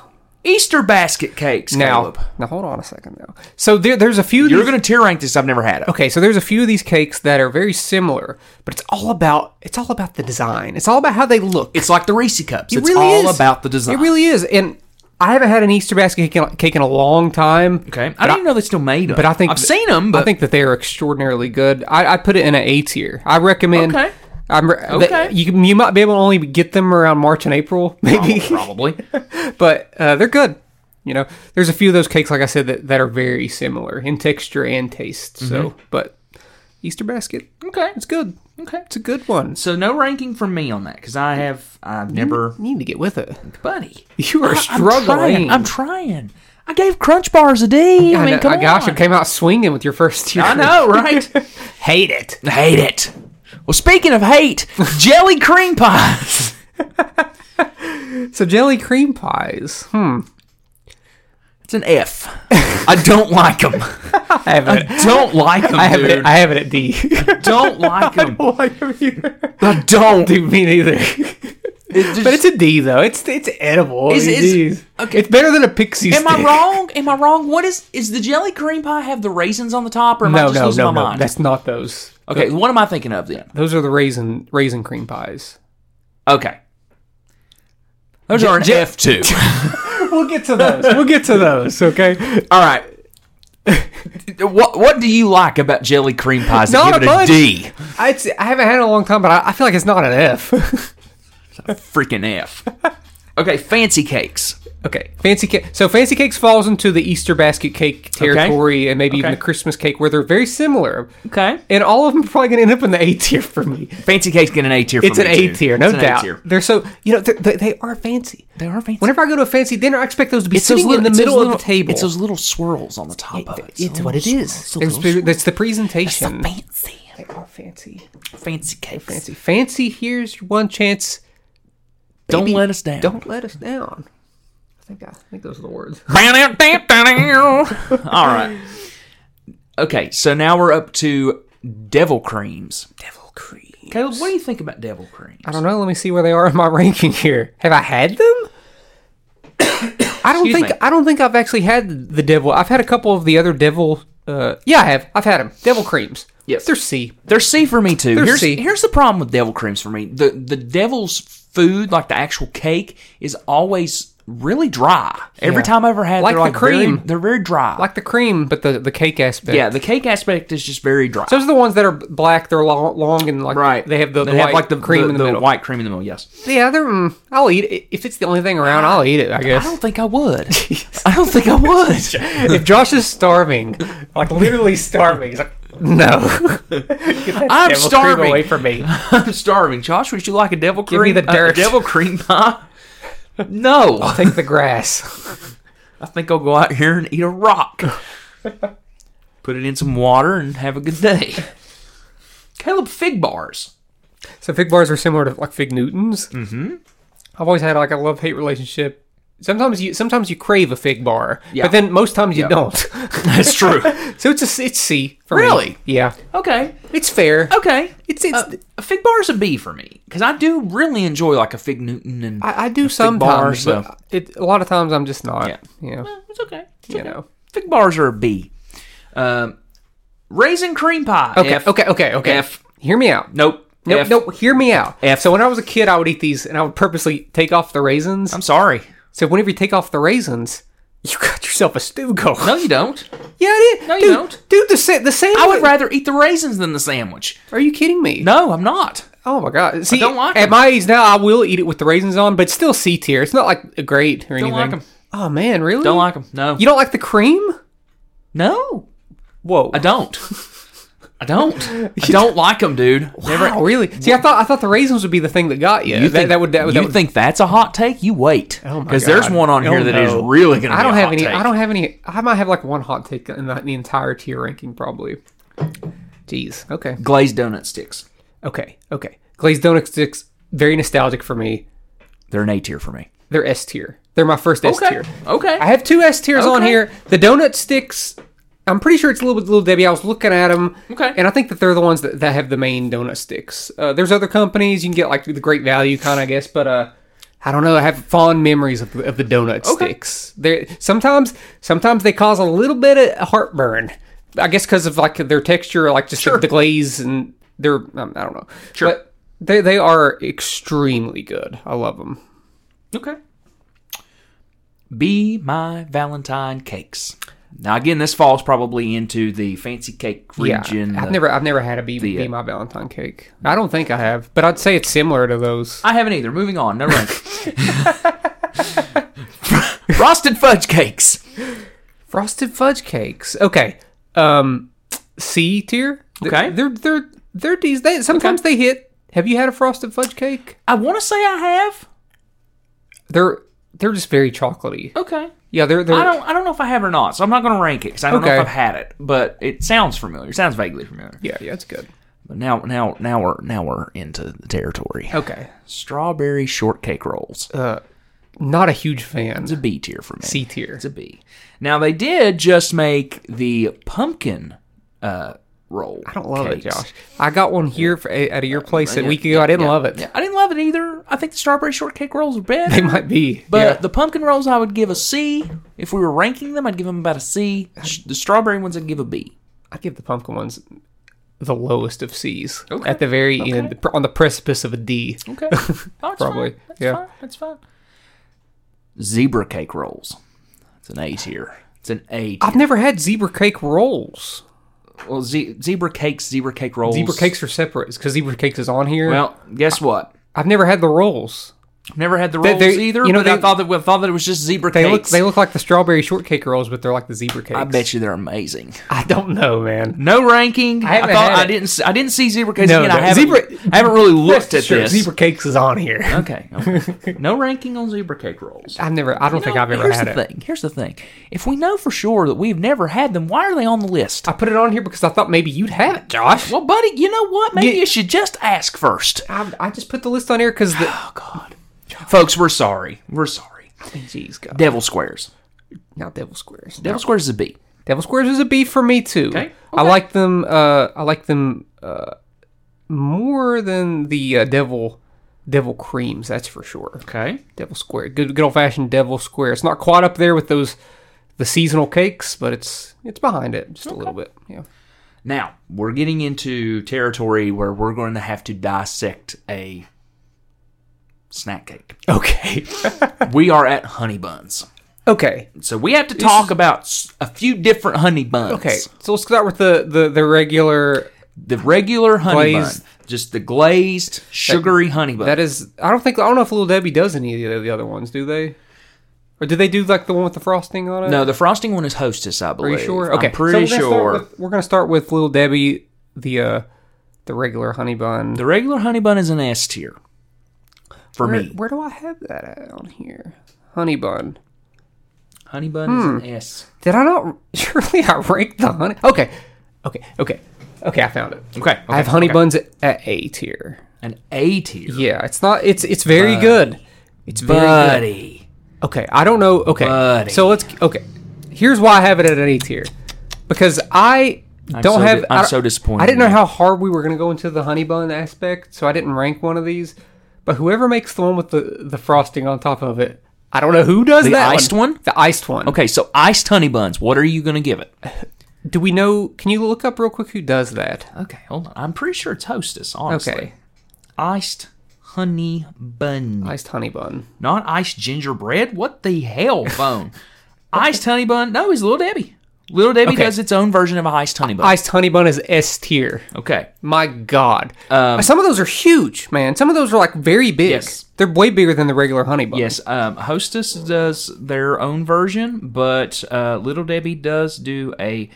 Speaker 1: Easter basket cakes.
Speaker 2: Now,
Speaker 1: Caleb.
Speaker 2: now hold on a second though. So there, there's a few. of
Speaker 1: you're
Speaker 2: these-
Speaker 1: gonna tier rank this. I've never had it.
Speaker 2: okay, so there's a few of these cakes that are very similar, but it's all about it's all about the design. It's all about how they look.
Speaker 1: It's like the Reese cups. it's
Speaker 2: really
Speaker 1: all
Speaker 2: is.
Speaker 1: about the design.
Speaker 2: It really is, and I haven't had an Easter basket cake in, cake in a long time.
Speaker 1: okay, I didn't know they still made them.
Speaker 2: But I think
Speaker 1: I've
Speaker 2: th-
Speaker 1: seen them. But
Speaker 2: I think that they are extraordinarily good. I, I put it in an A tier. I recommend.
Speaker 1: Okay.
Speaker 2: I'm re-
Speaker 1: Okay.
Speaker 2: that- you can- you might be able to only get them around March and April, (laughs) maybe,
Speaker 1: (laughs) probably.
Speaker 2: but uh, they're good. You know, there's a few of those cakes, like I said, that, that are very similar in texture and taste.
Speaker 1: Mm-hmm.
Speaker 2: So, but Easter basket,
Speaker 1: okay,
Speaker 2: it's good.
Speaker 1: okay.
Speaker 2: It's a good one.
Speaker 1: So no ranking from me on that because I have I've never
Speaker 2: You need to get with it. (laughs)
Speaker 1: buddy.
Speaker 2: You are
Speaker 1: I'm
Speaker 2: struggling.
Speaker 1: trying. I'm trying. I gave Crunch Bars a D. I mean,
Speaker 2: know-
Speaker 1: come
Speaker 2: gosh,
Speaker 1: on.
Speaker 2: it came out swinging with your first tier.
Speaker 1: I (laughs) know, right?
Speaker 2: Hate it.
Speaker 1: hate it. Well, speaking of hate, jelly cream (laughs) pies.
Speaker 2: (laughs) So jelly cream pies. Hmm.
Speaker 1: (laughs) It's an F. I don't like them.
Speaker 2: I have
Speaker 1: (laughs)
Speaker 2: it.
Speaker 1: I don't like them,
Speaker 2: I have
Speaker 1: dude.
Speaker 2: it. I have it at D.
Speaker 1: (laughs)
Speaker 2: (laughs)
Speaker 1: don't like them.
Speaker 2: don't like them either.
Speaker 1: I don't.
Speaker 2: Dude, me neither.
Speaker 1: It just-
Speaker 2: but it's a D though. It's it's edible. I
Speaker 1: Is-
Speaker 2: mean,
Speaker 1: is-
Speaker 2: geez.
Speaker 1: okay.
Speaker 2: It's better than a pixie
Speaker 1: am I
Speaker 2: stick.
Speaker 1: wrong? Am I wrong? What is is the jelly cream pie have the raisins on the top, or am I
Speaker 2: No,
Speaker 1: just
Speaker 2: no,
Speaker 1: losing
Speaker 2: no,
Speaker 1: my
Speaker 2: no.
Speaker 1: mind?
Speaker 2: That's not those.
Speaker 1: okay, what am I thinking of then?
Speaker 2: Those are the raisin raisin cream pies.
Speaker 1: Okay, those are an F two.
Speaker 2: We'll get to those. (laughs) we'll get to those. Okay.
Speaker 1: (laughs) All right. (laughs) What what do you like about jelly cream pies? that
Speaker 2: Not
Speaker 1: give
Speaker 2: a
Speaker 1: it a
Speaker 2: bunch.
Speaker 1: D.
Speaker 2: I, it's, I haven't had it in a long time, but I, I feel like it's not an (laughs) F.
Speaker 1: Freaking F. Okay, fancy cakes.
Speaker 2: okay. Fancy cake. So fancy cakes falls into the Easter basket cake territory, and maybe even
Speaker 1: Okay.
Speaker 2: the Christmas cake, where they're very similar.
Speaker 1: Okay.
Speaker 2: And all of them are probably going to end up in the A tier for me.
Speaker 1: Fancy cakes get an A tier.
Speaker 2: It's
Speaker 1: from
Speaker 2: an
Speaker 1: me,
Speaker 2: A
Speaker 1: too.
Speaker 2: tier, no
Speaker 1: It's an A
Speaker 2: doubt.
Speaker 1: tier.
Speaker 2: They're so you know they're, they they are fancy.
Speaker 1: They are fancy.
Speaker 2: Whenever I go to a fancy dinner, I expect those to be sitting
Speaker 1: those
Speaker 2: in the
Speaker 1: little-
Speaker 2: middle
Speaker 1: those
Speaker 2: of
Speaker 1: little-
Speaker 2: the table.
Speaker 1: It's those little swirls on the top of it.
Speaker 2: it's what it is. There's- That's the presentation.
Speaker 1: fancy,
Speaker 2: they are fancy,
Speaker 1: fancy cakes.
Speaker 2: fancy, fancy. Here's your one chance.
Speaker 1: Don't
Speaker 2: Baby,
Speaker 1: let us down.
Speaker 2: Don't let us down. I think I, I think those are the words.
Speaker 1: (laughs) All right. Okay, so now we're up to devil creams.
Speaker 2: Devil cream.
Speaker 1: Caleb, what do you think about devil creams?
Speaker 2: I don't know. Let me see where they are in my (laughs) ranking here. Have I had them? (coughs) I don't
Speaker 1: Excuse
Speaker 2: think
Speaker 1: me.
Speaker 2: I don't think I've actually had the devil. I've had a couple of the other devil. Uh, yeah, I have. I've had them. Devil creams.
Speaker 1: Yes.
Speaker 2: they're C.
Speaker 1: They're C for me too. here's
Speaker 2: C.
Speaker 1: here's the problem with devil creams for me. The the devil's food, like the actual cake, is always really dry. Every
Speaker 2: Yeah.
Speaker 1: time I ever had,
Speaker 2: Like
Speaker 1: they're
Speaker 2: the
Speaker 1: like very-
Speaker 2: cream.
Speaker 1: they're very dry.
Speaker 2: like the cream, but the the cake aspect.
Speaker 1: yeah, the cake aspect is just very dry.
Speaker 2: Those are the ones that are black. They're long, long and like They have the, the white
Speaker 1: like the
Speaker 2: cream in the, middle.
Speaker 1: white cream in the middle. Yes.
Speaker 2: Yeah, they're. Mm, I'll eat it if it's the only thing around. I'll eat it. I
Speaker 1: I
Speaker 2: guess.
Speaker 1: don't think I would. (laughs) I don't think I (laughs) would.
Speaker 2: if Josh is starving, like literally starving, he's like, no. (laughs) Get that
Speaker 1: I'm
Speaker 2: devil cream
Speaker 1: starving. (laughs)
Speaker 2: away from me.
Speaker 1: I'm starving. Josh, would you like a devil
Speaker 2: me
Speaker 1: cream?
Speaker 2: the
Speaker 1: a
Speaker 2: dirt.
Speaker 1: devil cream
Speaker 2: (laughs)
Speaker 1: pie? No.
Speaker 2: (laughs) Take the grass.
Speaker 1: I think I'll go out here and eat a rock. Put it in some water and have a good day. Caleb, fig bars.
Speaker 2: So fig bars are similar to like fig Newtons. Mm-hmm. I've always had like a love hate relationship. Sometimes you sometimes you crave a fig bar,
Speaker 1: Yeah.
Speaker 2: but then most times you don't. (laughs)
Speaker 1: That's true.
Speaker 2: so it's a it's C for
Speaker 1: Really?
Speaker 2: me. Yeah,
Speaker 1: (laughs) okay.
Speaker 2: it's fair.
Speaker 1: Okay.
Speaker 2: It's it's.
Speaker 1: Uh, a fig bar is a B for me because I do really enjoy like a fig Newton and
Speaker 2: I, I do
Speaker 1: bar,
Speaker 2: sometimes,
Speaker 1: so-
Speaker 2: but it, a lot of times I'm just not.
Speaker 1: Yeah.
Speaker 2: Yeah,
Speaker 1: Eh, it's okay. It's
Speaker 2: you
Speaker 1: okay.
Speaker 2: know.
Speaker 1: Fig bars are a B. Um, raisin cream pie.
Speaker 2: Okay,
Speaker 1: F.
Speaker 2: okay, okay, okay.
Speaker 1: F.
Speaker 2: Hear me out.
Speaker 1: Nope.
Speaker 2: Nope,
Speaker 1: F.
Speaker 2: nope. Hear me out.
Speaker 1: F.
Speaker 2: So when I was a kid, I would eat these, and I would purposely take off the raisins.
Speaker 1: I'm sorry.
Speaker 2: so whenever you take off the raisins, (laughs) you got yourself a stew going.
Speaker 1: No, you don't.
Speaker 2: Yeah, it is.
Speaker 1: No, you
Speaker 2: dude,
Speaker 1: don't.
Speaker 2: Dude, the sa- the same.
Speaker 1: I would rather eat the raisins than the sandwich.
Speaker 2: Are you kidding me?
Speaker 1: No, I'm not.
Speaker 2: Oh my god. See,
Speaker 1: don't like
Speaker 2: at
Speaker 1: 'em.
Speaker 2: my age now, I will eat it with the raisins on, but it's still C tier. It's not like great or anything.
Speaker 1: like 'em.
Speaker 2: Oh man, really?
Speaker 1: Don't like them. No.
Speaker 2: You don't like the cream?
Speaker 1: no.
Speaker 2: Whoa.
Speaker 1: I don't. I don't.
Speaker 2: (laughs)
Speaker 1: I don't like them, dude.
Speaker 2: Wow, really? See, I thought I thought the raisins would be the thing that got you.
Speaker 1: You
Speaker 2: that, that would that would.
Speaker 1: you
Speaker 2: that would
Speaker 1: think that's a hot take? You wait,
Speaker 2: my
Speaker 1: because there's
Speaker 2: God.
Speaker 1: one on here
Speaker 2: Oh,
Speaker 1: that is
Speaker 2: no.
Speaker 1: really gonna. Be
Speaker 2: I don't
Speaker 1: a
Speaker 2: have
Speaker 1: hot
Speaker 2: any.
Speaker 1: Take.
Speaker 2: I don't have any. I might have like one hot take in the, the entire tier ranking, probably. Jeez. Okay.
Speaker 1: glazed donut sticks.
Speaker 2: Okay. Okay. Glazed donut sticks. Very nostalgic for me.
Speaker 1: They're an A tier for me.
Speaker 2: They're S tier. They're my first S tier.
Speaker 1: Okay.
Speaker 2: I have two S tiers on
Speaker 1: Okay.
Speaker 2: here. The donut sticks. I'm pretty sure it's a little bit little Debbie. I was looking at them.
Speaker 1: Okay.
Speaker 2: And I think that they're the ones that, that have the main donut sticks. Uh, there's other companies you can get like the Great Value kind, I guess, but uh, I don't know. I have fond memories of, the- of the donut sticks. They sometimes sometimes they cause a little bit of heartburn. I guess because of like their texture, like just the, the glaze, and they're um, I don't know.
Speaker 1: Sure.
Speaker 2: But they they are extremely good. I love them.
Speaker 1: okay. Be my Valentine cakes. Now again, this falls probably into the fancy cake region.
Speaker 2: I've
Speaker 1: the- uh,
Speaker 2: never I've never had a be, be my Valentine cake. I don't think I have, but I'd say it's similar to those.
Speaker 1: I haven't either. Moving on. Never (laughs) mind. Frosted fudge cakes.
Speaker 2: Frosted fudge cakes. Okay. Um C tier. Th-
Speaker 1: Okay.
Speaker 2: They're they're they're these they sometimes they hit. Have you had a frosted fudge cake?
Speaker 1: I want to say I have.
Speaker 2: They're they're just very chocolatey.
Speaker 1: Okay.
Speaker 2: Yeah, they're they're
Speaker 1: I don't. I don't know if I have or not, so I'm not going to rank it because I don't know
Speaker 2: Okay.
Speaker 1: if I've had it. But it sounds familiar. It sounds vaguely familiar.
Speaker 2: Yeah, yeah, it's good.
Speaker 1: But now, now, now Oh. we're now we're into the territory.
Speaker 2: Okay.
Speaker 1: Strawberry shortcake rolls.
Speaker 2: Uh Not a huge fan.
Speaker 1: It's a B tier for me.
Speaker 2: C tier.
Speaker 1: It's a B. Now they did just make the pumpkin uh, roll.
Speaker 2: I don't love it, Josh. I got one here for, at your place a week ago. I didn't love it.
Speaker 1: I didn't love it either. I think the strawberry shortcake rolls are better.
Speaker 2: They might be.
Speaker 1: But
Speaker 2: Yeah.
Speaker 1: the pumpkin rolls, I would give a C. If we were ranking them, I'd give them about a C. Sh- The strawberry ones, I'd give a B.
Speaker 2: I give the pumpkin ones the lowest of C's. At the very end, pr- on the precipice of a D.
Speaker 1: (laughs) Okay, That's
Speaker 2: Probably.
Speaker 1: Fine. That's
Speaker 2: Yeah.
Speaker 1: fine. That's fine. Zebra cake rolls. It's an A tier. It's an A. Tier.
Speaker 2: I've never had zebra cake rolls.
Speaker 1: Well, ze- zebra cakes, zebra cake rolls.
Speaker 2: Zebra cakes are separate because zebra cakes is on here.
Speaker 1: Well, guess what?
Speaker 2: I've never had the rolls.
Speaker 1: I've never had the rolls
Speaker 2: they-
Speaker 1: either.
Speaker 2: you know,
Speaker 1: but I
Speaker 2: they-
Speaker 1: thought that I thought that it was just zebra
Speaker 2: They look
Speaker 1: cakes.
Speaker 2: they look like the strawberry shortcake rolls, but they're like the zebra cakes.
Speaker 1: I bet you they're amazing.
Speaker 2: I don't know, man.
Speaker 1: No ranking. I,
Speaker 2: haven't
Speaker 1: thought
Speaker 2: had
Speaker 1: I
Speaker 2: it.
Speaker 1: didn't. s- I didn't see zebra cakes
Speaker 2: No,
Speaker 1: again. I
Speaker 2: no,
Speaker 1: haven't.
Speaker 2: zebra-
Speaker 1: I haven't really (laughs) looked at
Speaker 2: Sure,
Speaker 1: this.
Speaker 2: Zebra cakes is on here. (laughs)
Speaker 1: Okay, okay. No ranking on zebra cake rolls.
Speaker 2: I've never. I don't think I've ever
Speaker 1: here's
Speaker 2: had it.
Speaker 1: the thing. Here's the thing. If we know for sure that we've never had them, why are they on the list?
Speaker 2: I put it on here because I thought maybe you'd have it, Josh.
Speaker 1: Well, buddy, you know what? Maybe
Speaker 2: Yeah.
Speaker 1: you should just ask first.
Speaker 2: I, I just put the list on here because the
Speaker 1: Oh God, folks, we're sorry. We're sorry.
Speaker 2: jeez, God.
Speaker 1: Devil squares.
Speaker 2: now Devil Squares.
Speaker 1: Devil squares is a B.
Speaker 2: Devil Squares is a B for me too.
Speaker 1: Okay.
Speaker 2: I like them. Uh, I like them uh, more than the uh, Devil Devil Creams. That's for sure.
Speaker 1: Okay.
Speaker 2: Devil Square, good good old fashioned Devil Square. It's not quite up there with those the seasonal cakes, but it's it's behind it just a little bit. Yeah.
Speaker 1: Now we're getting into territory where we're going to have to dissect a snack cake.
Speaker 2: Okay.
Speaker 1: we are at honey buns,
Speaker 2: (laughs) okay.
Speaker 1: so we have to talk about s- a few different honey buns.
Speaker 2: Okay. So let's start with the the, the regular.
Speaker 1: the regular honey
Speaker 2: Glazed.
Speaker 1: bun, just the glazed sugary honey bun.
Speaker 2: That is, uh, I don't think I don't know if Little Debbie does any of the other ones. Do they? Or do they do like the one with the frosting on it?
Speaker 1: no, the frosting one is Hostess, I
Speaker 2: Are
Speaker 1: believe.
Speaker 2: you sure? Okay.
Speaker 1: I'm pretty
Speaker 2: so we're gonna start
Speaker 1: sure.
Speaker 2: with- we're gonna start with Little Debbie, the uh, the regular honey bun.
Speaker 1: the regular honey bun is an S tier for
Speaker 2: where,
Speaker 1: me.
Speaker 2: where do I have that at on here? Honey bun.
Speaker 1: Honey bun is an S.
Speaker 2: Did I not? (laughs) Surely I ranked the honey. Okay, okay, okay, okay. I found it.
Speaker 1: Okay, okay,
Speaker 2: I have honey
Speaker 1: okay.
Speaker 2: buns at, at A tier.
Speaker 1: An A tier,
Speaker 2: Yeah, it's not. It's it's very good. It's very good.
Speaker 1: buddy.
Speaker 2: Okay, I don't know. Okay,
Speaker 1: Buddy.
Speaker 2: so let's. Okay, here's why I have it at an A tier, because I don't
Speaker 1: so
Speaker 2: have.
Speaker 1: di- I'm
Speaker 2: I don't-
Speaker 1: so disappointed
Speaker 2: I didn't
Speaker 1: in
Speaker 2: know
Speaker 1: you.
Speaker 2: how hard we were gonna go into the honey bun aspect, so I didn't rank one of these. But whoever makes the one with the the frosting on top of it, I don't know who does
Speaker 1: The
Speaker 2: that.
Speaker 1: iced one?
Speaker 2: The iced one.
Speaker 1: Okay, so iced honey buns. What are you going to give it?
Speaker 2: Do we know? Can you look up real quick who does that?
Speaker 1: Okay, hold on. I'm pretty sure it's Hostess. Honestly,
Speaker 2: Okay,
Speaker 1: iced honey bun,
Speaker 2: iced honey bun.
Speaker 1: not iced gingerbread. What the hell, phone? iced honey bun? No, it's Little Debbie. Little Debbie
Speaker 2: Okay.
Speaker 1: does its own version of a iced honey bun.
Speaker 2: Iced honey bun is S tier.
Speaker 1: okay,
Speaker 2: My God,
Speaker 1: Um,
Speaker 2: some of those are huge, man. Some of those are like very big.
Speaker 1: Yes.
Speaker 2: They're way bigger than the regular honey bun.
Speaker 1: Yes, um, Hostess does their own version, but uh, Little Debbie does do a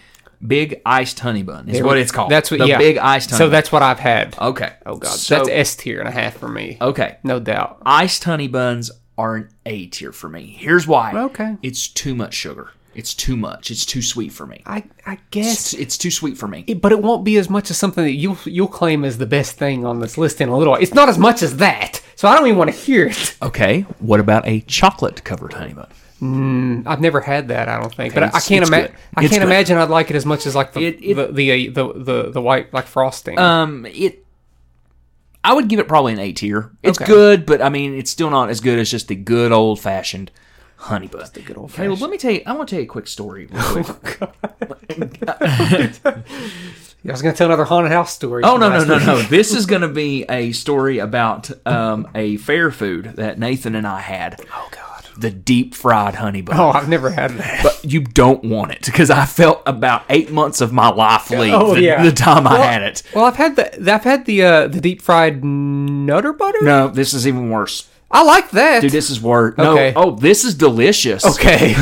Speaker 1: big iced honey bun. Is what it's called.
Speaker 2: That's what.
Speaker 1: the
Speaker 2: yeah.
Speaker 1: big iced honey.
Speaker 2: So that's what I've had.
Speaker 1: bun. okay.
Speaker 2: oh God,
Speaker 1: so, Oh.
Speaker 2: that's S tier and a half for me.
Speaker 1: okay.
Speaker 2: No doubt.
Speaker 1: Iced honey buns are an A tier for me. Here's why.
Speaker 2: Okay.
Speaker 1: it's too much sugar. It's too much. It's too sweet for me.
Speaker 2: I I
Speaker 1: It's,
Speaker 2: guess.
Speaker 1: it's too sweet for me.
Speaker 2: It, but it won't be as much as something that you'll you'll claim is the best thing on this list in a little. It's not as much as that, so I don't even want to hear it.
Speaker 1: Okay, what about a chocolate covered honey bun?
Speaker 2: I've never had that. I don't think, but I, I
Speaker 1: it's-
Speaker 2: can't
Speaker 1: it's
Speaker 2: imagine.
Speaker 1: good.
Speaker 2: I
Speaker 1: It's
Speaker 2: can't
Speaker 1: good.
Speaker 2: imagine I'd like it as much as like the
Speaker 1: It- it-
Speaker 2: the, the, uh, the the the white like frosting.
Speaker 1: Um, it. I would give it probably an A tier. It's
Speaker 2: Okay.
Speaker 1: good, but I mean, it's still not as good as just the good old fashioned honey bun. the good
Speaker 2: old
Speaker 1: Caleb, let me tell you. I want to tell you a quick story. (laughs) real quick.
Speaker 2: I was gonna tell another haunted house story.
Speaker 1: oh no no no no! This is going to be a story about um, a fair food that Nathan and I had.
Speaker 2: Oh god.
Speaker 1: The deep fried honey bun.
Speaker 2: (laughs) Oh, I've never had that.
Speaker 1: But you don't want it because I felt about eight months of my life leave
Speaker 2: Oh,
Speaker 1: the,
Speaker 2: yeah.
Speaker 1: the time (laughs) I
Speaker 2: Well-
Speaker 1: had it.
Speaker 2: Well, I've had the I've had the uh, the deep fried nutter butter.
Speaker 1: No, this is even worse.
Speaker 2: I like that.
Speaker 1: Dude, this is worse. No,
Speaker 2: Okay.
Speaker 1: oh, this is delicious.
Speaker 2: (laughs) okay.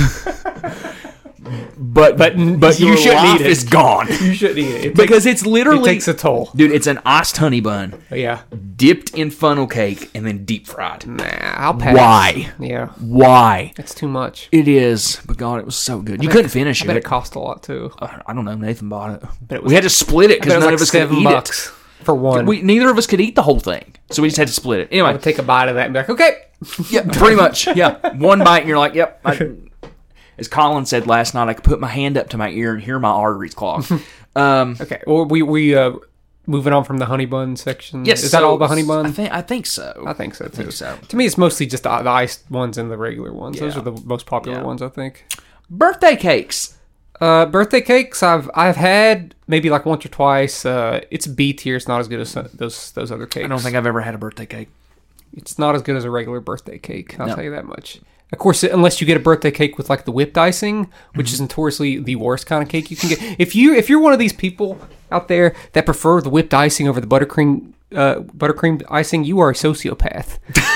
Speaker 1: but but but
Speaker 2: you
Speaker 1: your
Speaker 2: shouldn't
Speaker 1: life
Speaker 2: eat it.
Speaker 1: is
Speaker 2: (laughs)
Speaker 1: gone
Speaker 2: you should eat it. It, takes,
Speaker 1: because it's
Speaker 2: it
Speaker 1: literally
Speaker 2: takes a toll.
Speaker 1: dude. It's an iced honey bun
Speaker 2: Yeah.
Speaker 1: dipped in funnel cake and then deep fried.
Speaker 2: Nah, I'll pass.
Speaker 1: Why?
Speaker 2: Yeah,
Speaker 1: Why?
Speaker 2: it's too much.
Speaker 1: It is, but God, it was so good. You couldn't finish
Speaker 2: I bet
Speaker 1: it.
Speaker 2: it cost a lot too. I
Speaker 1: I don't know. Nathan bought it.
Speaker 2: it was-
Speaker 1: we had to split it because
Speaker 2: bet it
Speaker 1: none
Speaker 2: was like
Speaker 1: of us could
Speaker 2: seven
Speaker 1: eat
Speaker 2: bucks for
Speaker 1: it.
Speaker 2: one.
Speaker 1: We neither of us could eat the whole thing, so we just had to split it.
Speaker 2: I
Speaker 1: Anyway,
Speaker 2: (laughs) would take a bite of that and be like, okay,
Speaker 1: Yeah, pretty
Speaker 2: (laughs)
Speaker 1: much. Yeah, one bite and you're like, yep. I, as Colin said last night, I could put my hand up to my ear and hear my arteries
Speaker 2: (laughs)
Speaker 1: clog. Um,
Speaker 2: Okay. Well, we we uh, moving on from the honey bun section.
Speaker 1: yes,
Speaker 2: Is that
Speaker 1: so-
Speaker 2: all the honey bun?
Speaker 1: I think I think so.
Speaker 2: I think so too.
Speaker 1: think so.
Speaker 2: To me, it's mostly just the, the iced ones and the regular ones. Those
Speaker 1: Yeah.
Speaker 2: are the most popular
Speaker 1: Yeah.
Speaker 2: ones, I think.
Speaker 1: Birthday cakes.
Speaker 2: Uh, birthday cakes, I've I've had maybe like once or twice. Uh, it's B tier. It's not as good as so- those those other cakes.
Speaker 1: I don't think I've ever had a birthday cake.
Speaker 2: it's not as good as a regular birthday cake. I'll
Speaker 1: No.
Speaker 2: tell you that much. Of course, unless you get a birthday cake with like the whipped icing, which
Speaker 1: Mm-hmm.
Speaker 2: is notoriously the worst kind of cake you can get. If you if you're one of these people out there that prefer the whipped icing over the buttercream uh, buttercream icing, you are a sociopath. (laughs)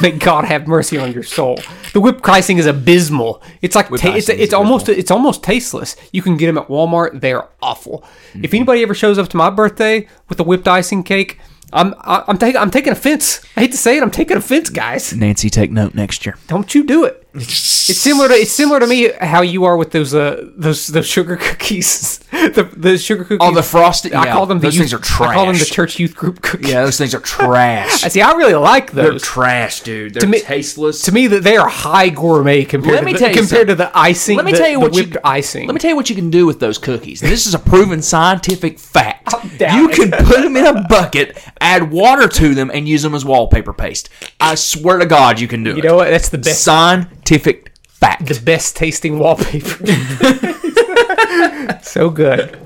Speaker 2: May God have mercy on your soul. The whipped icing is abysmal. It's like ta- it's,
Speaker 1: icing is
Speaker 2: it's almost it's almost tasteless. You can get them at Walmart. They are awful.
Speaker 1: Mm-hmm.
Speaker 2: If anybody ever shows up to my birthday with a whipped icing cake, I'm I- I'm taking I'm taking offense. I hate to say it, I'm taking offense, guys.
Speaker 1: Nancy, take note next year.
Speaker 2: Don't you do it. It's similar to it's similar to me how you are with those uh those those sugar cookies. (laughs) the the sugar cookies.
Speaker 1: Oh, the frosted.
Speaker 2: I call them the
Speaker 1: those
Speaker 2: youth,
Speaker 1: things are trash.
Speaker 2: I call them the church youth group cookies.
Speaker 1: yeah, those things are (laughs) trash.
Speaker 2: I see. I really like those.
Speaker 1: They're trash, dude. They're
Speaker 2: me-
Speaker 1: tasteless.
Speaker 2: to me that they are high gourmet compared
Speaker 1: Let
Speaker 2: to
Speaker 1: me
Speaker 2: the,
Speaker 1: tell you
Speaker 2: compared to
Speaker 1: something.
Speaker 2: the icing.
Speaker 1: Let me
Speaker 2: the-
Speaker 1: tell you
Speaker 2: the
Speaker 1: what you-
Speaker 2: whipped icing.
Speaker 1: Let me tell you what you can do with those cookies. This is a proven scientific fact.
Speaker 2: down
Speaker 1: You
Speaker 2: it.
Speaker 1: can put them in a bucket, add water to them, and use them as wallpaper paste. I swear to God, you can do it.
Speaker 2: you know what? That's the best
Speaker 1: Scientific fact.
Speaker 2: the best tasting wallpaper. (laughs) so good.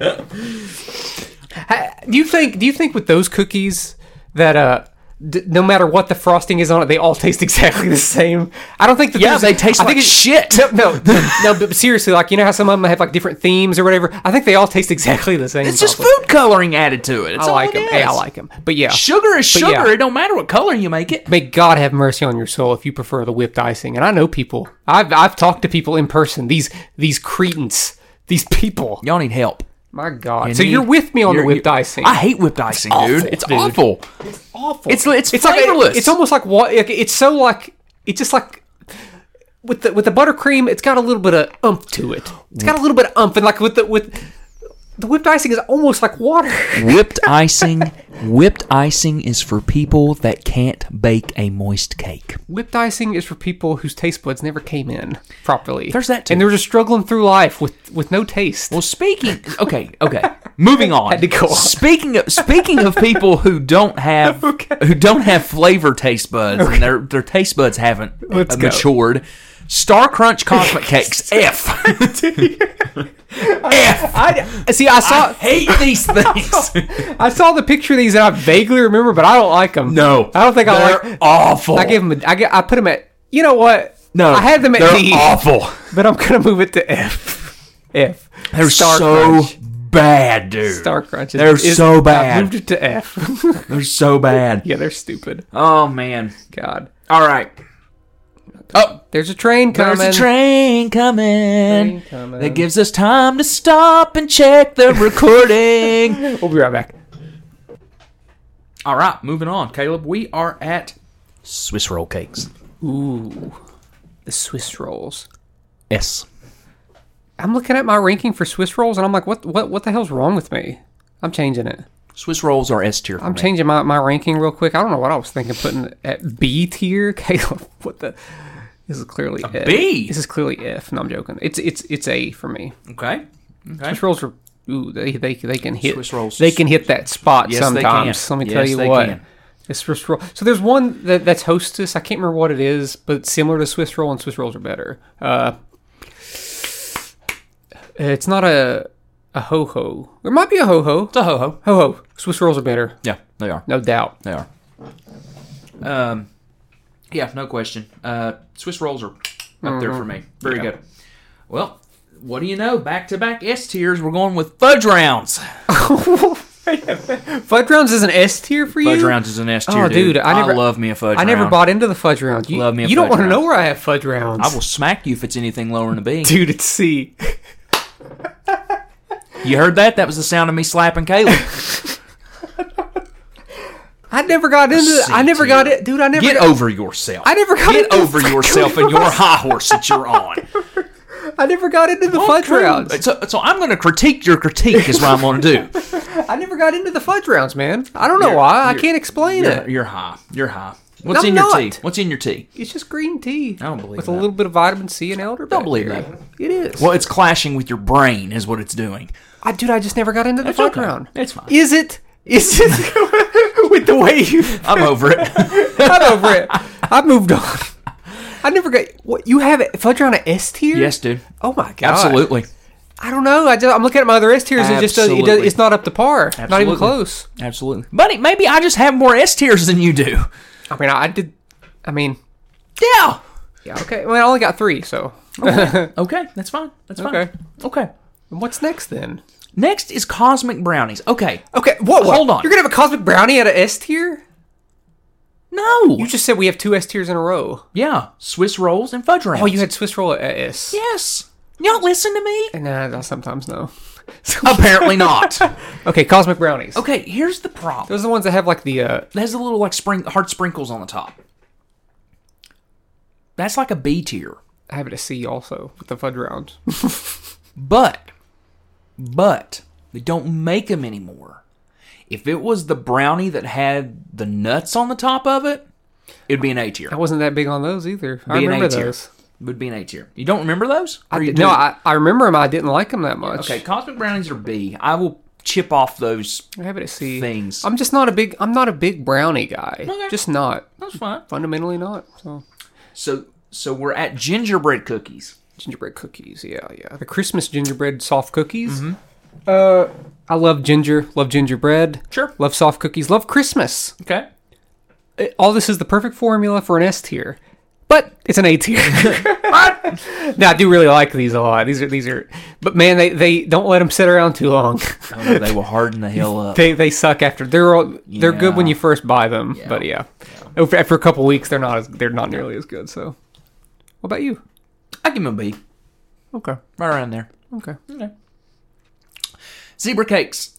Speaker 2: Ha- Do you think? Do you think with those cookies that uh, d- no matter what the frosting is on it, they all taste exactly the same? I don't think that.
Speaker 1: yeah,
Speaker 2: there's-
Speaker 1: they taste
Speaker 2: I
Speaker 1: like
Speaker 2: think it-
Speaker 1: shit.
Speaker 2: No, no, no, but seriously, like you know how some of them have like different themes or whatever. I think they all taste exactly the same.
Speaker 1: It's just
Speaker 2: probably.
Speaker 1: food coloring added to it. It's
Speaker 2: I
Speaker 1: all
Speaker 2: like
Speaker 1: it
Speaker 2: them. Hey, I
Speaker 1: is.
Speaker 2: like them. But yeah,
Speaker 1: Sugar is
Speaker 2: But
Speaker 1: sugar.
Speaker 2: yeah.
Speaker 1: It don't matter what color you make it.
Speaker 2: May God have mercy on your soul if you prefer the whipped icing. And I know people. I've I've talked to people in person. These these cretins. These people.
Speaker 1: Y'all need help.
Speaker 2: My God.
Speaker 1: You
Speaker 2: so
Speaker 1: need-
Speaker 2: you're with me on the
Speaker 1: you're-
Speaker 2: whipped
Speaker 1: you-
Speaker 2: icing.
Speaker 1: I hate whipped icing, dude.
Speaker 2: awful,
Speaker 1: It's
Speaker 2: dude.
Speaker 1: awful.
Speaker 2: awful.
Speaker 1: It's it's,
Speaker 2: it's like
Speaker 1: flavorless.
Speaker 2: it's almost like what like, it's so like it's just like with the with the buttercream, it's got a little bit of umph to it. It's got a little bit of umph and like with the with the whipped icing is almost like water. (laughs)
Speaker 1: (laughs) whipped icing whipped icing is for people that can't bake a moist cake
Speaker 2: Whipped icing is for people whose taste buds never came in properly.
Speaker 1: There's that too.
Speaker 2: And they're just struggling through life with with no taste.
Speaker 1: well speaking okay okay
Speaker 2: (laughs)
Speaker 1: moving on
Speaker 2: Had to go on.
Speaker 1: speaking of speaking of people who don't have
Speaker 2: (laughs) Okay.
Speaker 1: who don't have flavor taste buds and their their taste buds haven't
Speaker 2: Let's
Speaker 1: uh,
Speaker 2: go.
Speaker 1: matured star crunch cosmic cakes
Speaker 2: (laughs)
Speaker 1: f (laughs) f
Speaker 2: I see. I saw.
Speaker 1: i hate these
Speaker 2: (laughs)
Speaker 1: things
Speaker 2: I saw the picture of these and I vaguely remember, but I don't like them.
Speaker 1: no
Speaker 2: I don't think I
Speaker 1: they're
Speaker 2: like.
Speaker 1: awful
Speaker 2: I gave them. A, I get. I put them at. You know what?
Speaker 1: no
Speaker 2: I had them at
Speaker 1: they're
Speaker 2: D,
Speaker 1: awful
Speaker 2: but I'm gonna move it to F. (laughs) F.
Speaker 1: they're so
Speaker 2: Crunch.
Speaker 1: bad dude
Speaker 2: Star Crunch. is-
Speaker 1: They're
Speaker 2: is-
Speaker 1: so
Speaker 2: I
Speaker 1: bad.
Speaker 2: moved it to F. (laughs)
Speaker 1: They're so bad.
Speaker 2: yeah, they're stupid.
Speaker 1: Oh man.
Speaker 2: God.
Speaker 1: All right. Oh,
Speaker 2: There's a train coming.
Speaker 1: there's a train coming.
Speaker 2: Train coming.
Speaker 1: That gives us time to stop and check
Speaker 2: (laughs)
Speaker 1: the recording.
Speaker 2: We'll be right back.
Speaker 1: All right, moving on, Caleb. We are at Swiss roll cakes.
Speaker 2: Ooh, the Swiss rolls.
Speaker 1: S.
Speaker 2: I'm looking at my ranking for Swiss rolls, and I'm like, what, what, what the hell's wrong with me? I'm changing it.
Speaker 1: Swiss rolls are S tier. for
Speaker 2: I'm
Speaker 1: me.
Speaker 2: changing my, my ranking real quick. I don't know what I was thinking putting it at B tier. (laughs) Caleb, what the? This is clearly F.
Speaker 1: B?
Speaker 2: This is clearly F. No, I'm joking. It's it's it's A for me.
Speaker 1: Okay. Okay.
Speaker 2: Swiss rolls are ooh they they, they can hit
Speaker 1: Swiss rolls.
Speaker 2: they can hit that spot
Speaker 1: Yes, they
Speaker 2: sometimes.
Speaker 1: can.
Speaker 2: Let me
Speaker 1: Yes,
Speaker 2: tell you
Speaker 1: they
Speaker 2: what.
Speaker 1: can.
Speaker 2: The Swiss roll. So there's one that, that's Hostess. I can't remember what it is, but it's similar to Swiss roll, and Swiss rolls are better. Uh, it's not a a ho ho. It might be a ho ho.
Speaker 1: It's a ho ho.
Speaker 2: Ho ho. Swiss rolls are better,
Speaker 1: Yeah, they are.
Speaker 2: no doubt.
Speaker 1: They are. Um, yeah, no question. Uh, Swiss rolls are up there
Speaker 2: Mm-hmm.
Speaker 1: for me. Very good. Well, what do you know? Back to back S tiers. We're going with fudge rounds.
Speaker 2: (laughs) Fudge rounds is an S tier for you.
Speaker 1: Fudge rounds is an S tier.
Speaker 2: Oh,
Speaker 1: dude,
Speaker 2: dude, I never-
Speaker 1: love me a fudge.
Speaker 2: I never
Speaker 1: round.
Speaker 2: bought into the fudge rounds. You,
Speaker 1: Love me a
Speaker 2: you don't
Speaker 1: fudge
Speaker 2: want to
Speaker 1: round.
Speaker 2: know where I have fudge rounds.
Speaker 1: I will smack you if it's anything lower than a B.
Speaker 2: dude.
Speaker 1: (laughs)
Speaker 2: It's C.
Speaker 1: You heard that? That was the sound of me slapping
Speaker 2: (laughs)
Speaker 1: Caleb.
Speaker 2: I never got into.
Speaker 1: C
Speaker 2: I never got
Speaker 1: tier.
Speaker 2: it, dude. I never.
Speaker 1: Get
Speaker 2: got-
Speaker 1: over yourself.
Speaker 2: I never got
Speaker 1: Get
Speaker 2: into
Speaker 1: over
Speaker 2: fudge
Speaker 1: yourself and your high horse that you're on.
Speaker 2: I never got into the (laughs) fudge rounds.
Speaker 1: So, so I'm going to critique your critique is what I'm going
Speaker 2: (laughs)
Speaker 1: to do.
Speaker 2: I never got into the fudge rounds, man. I don't know
Speaker 1: You're-
Speaker 2: why. I
Speaker 1: you're-
Speaker 2: can't explain
Speaker 1: You're,
Speaker 2: it.
Speaker 1: you're high. You're high. What's
Speaker 2: I'm
Speaker 1: in your tea?
Speaker 2: not.
Speaker 1: What's in your tea?
Speaker 2: It's just green tea.
Speaker 1: I don't believe
Speaker 2: With
Speaker 1: that.
Speaker 2: a little bit of vitamin C and elderberry.
Speaker 1: Don't believe that.
Speaker 2: It is.
Speaker 1: Well, it's clashing with your brain, is what it's doing.
Speaker 2: I, dude, I just never got into the
Speaker 1: It's
Speaker 2: fuck
Speaker 1: okay.
Speaker 2: round.
Speaker 1: It's fine.
Speaker 2: Is it? Is
Speaker 1: (laughs)
Speaker 2: it? (laughs) with the way you,
Speaker 1: I'm over it.
Speaker 2: I'm over it. I moved on. I never got. What you have it? Fudge round an S
Speaker 1: (laughs)
Speaker 2: tier?
Speaker 1: yes, dude.
Speaker 2: Oh my god.
Speaker 1: Absolutely.
Speaker 2: I don't know. I just, I'm looking at my other S tiers. It just does, it does,
Speaker 1: Absolutely.
Speaker 2: It's not up to par. Not even
Speaker 1: Absolutely.
Speaker 2: close.
Speaker 1: Absolutely. Buddy, maybe I just have more S tiers than you do.
Speaker 2: I mean, I, I did. I mean,
Speaker 1: Yeah.
Speaker 2: yeah. Okay. Well, I only got three. So
Speaker 1: Okay, that's fine. That's fine.
Speaker 2: Okay.
Speaker 1: Okay.
Speaker 2: what's next then?
Speaker 1: Next is cosmic brownies. Okay.
Speaker 2: Okay. What? what?
Speaker 1: Hold on.
Speaker 2: You're gonna have a cosmic brownie at an S tier?
Speaker 1: No.
Speaker 2: You just said we have two S tiers in a row.
Speaker 1: yeah. Swiss rolls and fudge rounds.
Speaker 2: Oh, you had Swiss roll at S.
Speaker 1: Yes. Y'all listen to me?
Speaker 2: Nah, no, sometimes (laughs) no.
Speaker 1: (laughs) Apparently not.
Speaker 2: Okay, cosmic brownies.
Speaker 1: okay, here's the problem.
Speaker 2: Those are the ones that have like the uh
Speaker 1: It has a little like spring hard sprinkles on the top. That's like a B tier.
Speaker 2: I have it at C also with the fudge round.
Speaker 1: But, but they don't make them anymore. If it was the brownie that had the nuts on the top of it, it'd be an A tier.
Speaker 2: I wasn't that big on those either. I
Speaker 1: Be an
Speaker 2: remember
Speaker 1: A tier.
Speaker 2: those.
Speaker 1: Would be an A tier. You don't remember those? Or
Speaker 2: I
Speaker 1: you
Speaker 2: did,
Speaker 1: do?
Speaker 2: no, I, I remember them. I didn't like them that much.
Speaker 1: okay. Cosmic brownies are B. I will chip off those.
Speaker 2: I have it at C.
Speaker 1: Things.
Speaker 2: I'm just not a big. I'm not a big brownie guy.
Speaker 1: Okay.
Speaker 2: Just not.
Speaker 1: That's fine.
Speaker 2: Fundamentally not. So
Speaker 1: So, so we're at gingerbread cookies.
Speaker 2: gingerbread cookies. Yeah, yeah. The Christmas gingerbread soft cookies.
Speaker 1: Mm-hmm.
Speaker 2: Uh, I love ginger. Love gingerbread.
Speaker 1: Sure.
Speaker 2: Love soft cookies. Love Christmas.
Speaker 1: Okay.
Speaker 2: It- all this is the perfect formula for an S tier, but it's an A tier.
Speaker 1: (laughs)
Speaker 2: no, I do really like these a lot. These are these are, but man, they, they don't let them sit around too long. (laughs)
Speaker 1: Oh, no, they will harden the hell up.
Speaker 2: they they suck after they're all, they're good when
Speaker 1: Yeah.
Speaker 2: you first buy them, but yeah, After, after a couple weeks they're not as they're not nearly as good. So, what about you?
Speaker 1: I give them a B.
Speaker 2: Okay,
Speaker 1: Right around there.
Speaker 2: okay.
Speaker 1: Okay. Zebra cakes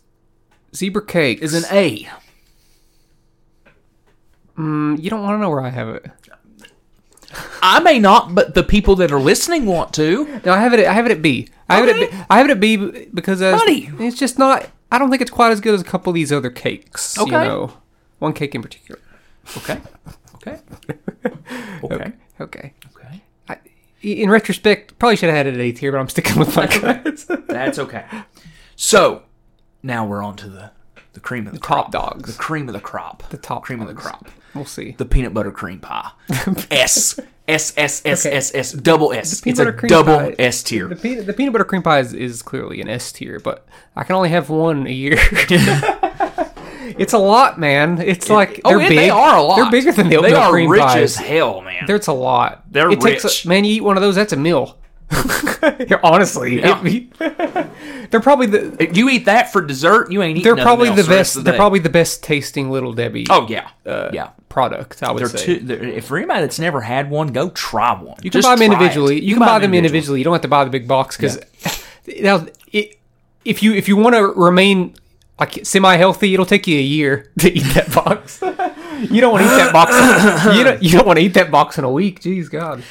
Speaker 2: Zebra cake
Speaker 1: is an A.
Speaker 2: You don't want to know where I have it.
Speaker 1: I may not, but the people that are listening want to.
Speaker 2: No, I have it. At, I have it at B. I have it. At
Speaker 1: Okay.
Speaker 2: B, I have it at B b- because uh,
Speaker 1: Buddy.
Speaker 2: it's just not. I don't think it's quite as good as a couple of these other cakes.
Speaker 1: Okay.
Speaker 2: You know, one cake in particular.
Speaker 1: Okay.
Speaker 2: (laughs)
Speaker 1: Okay. Okay.
Speaker 2: Okay.
Speaker 1: Okay.
Speaker 2: I, in retrospect, probably should have had it at A tier, but I'm sticking with my guys.
Speaker 1: That's okay. So now we're on to the, the cream of the, crop.
Speaker 2: Top dogs.
Speaker 1: The cream of the crop. The
Speaker 2: top
Speaker 1: cream of the
Speaker 2: dogs.
Speaker 1: crop.
Speaker 2: (laughs) We'll see.
Speaker 1: The peanut butter cream (laughs) pie. S. S S S S S double S.
Speaker 2: peanut
Speaker 1: It's a
Speaker 2: butter cream
Speaker 1: double
Speaker 2: pie-
Speaker 1: S
Speaker 2: The
Speaker 1: tier.
Speaker 2: peanut, the peanut butter cream pie is, is clearly an S tier, but I can only have one
Speaker 1: (laughs)
Speaker 2: a year. it's a lot, man. It's like
Speaker 1: Oh,
Speaker 2: they're
Speaker 1: and
Speaker 2: big.
Speaker 1: they are a lot.
Speaker 2: They're bigger than the
Speaker 1: They
Speaker 2: oatmeal
Speaker 1: are
Speaker 2: cream
Speaker 1: rich
Speaker 2: pies.
Speaker 1: as hell, man.
Speaker 2: There's a lot.
Speaker 1: They're
Speaker 2: it
Speaker 1: rich.
Speaker 2: Takes a, man, you eat one of those, that's
Speaker 1: (laughs)
Speaker 2: a meal. Yeah, Honestly,
Speaker 1: Yeah.
Speaker 2: it- (laughs) they're probably the
Speaker 1: If you eat that for dessert, you ain't eating.
Speaker 2: they're
Speaker 1: nothing
Speaker 2: probably
Speaker 1: else rest
Speaker 2: the best.
Speaker 1: of the
Speaker 2: they're
Speaker 1: day.
Speaker 2: probably Uh, the best tasting little Debbie
Speaker 1: Oh yeah. yeah.
Speaker 2: product. I would
Speaker 1: They're
Speaker 2: say
Speaker 1: two. They're, if for anybody that's never had one, go try one.
Speaker 2: you can buy them individually. You, can buy, them individually. You don't have to buy the big box because (laughs) now it, if you if you want to remain like semi healthy, it'll take you a year (laughs) to eat that box. (laughs) you don't want to eat that
Speaker 1: (coughs)
Speaker 2: box. you don't you don't want to eat that box in a week. Jeez, God.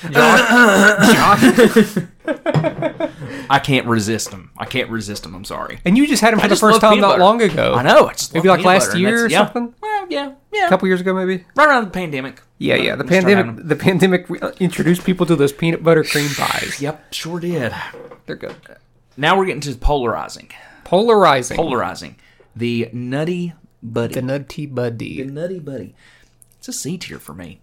Speaker 1: I can't resist them. I can't resist them. I'm sorry.
Speaker 2: And you just had them for the
Speaker 1: just
Speaker 2: first
Speaker 1: love
Speaker 2: time
Speaker 1: peanut
Speaker 2: not
Speaker 1: butter.
Speaker 2: long ago.
Speaker 1: I know. I just
Speaker 2: Maybe
Speaker 1: love
Speaker 2: like
Speaker 1: peanut
Speaker 2: last
Speaker 1: butter, and
Speaker 2: year or
Speaker 1: that's- yeah.
Speaker 2: something.
Speaker 1: Well, yeah, yeah.
Speaker 2: A couple years ago, maybe.
Speaker 1: right around the pandemic.
Speaker 2: Yeah,
Speaker 1: Right,
Speaker 2: yeah. The
Speaker 1: we started having
Speaker 2: pandemic,
Speaker 1: them.
Speaker 2: the pandemic re- uh, introduced people to those peanut butter cream pies.
Speaker 1: Yep, sure did.
Speaker 2: They're good.
Speaker 1: Now we're getting to polarizing.
Speaker 2: Polarizing.
Speaker 1: Polarizing. The nutty buddy.
Speaker 2: the nutty
Speaker 1: The
Speaker 2: buddy.
Speaker 1: nutty buddy. It's a C tier for me.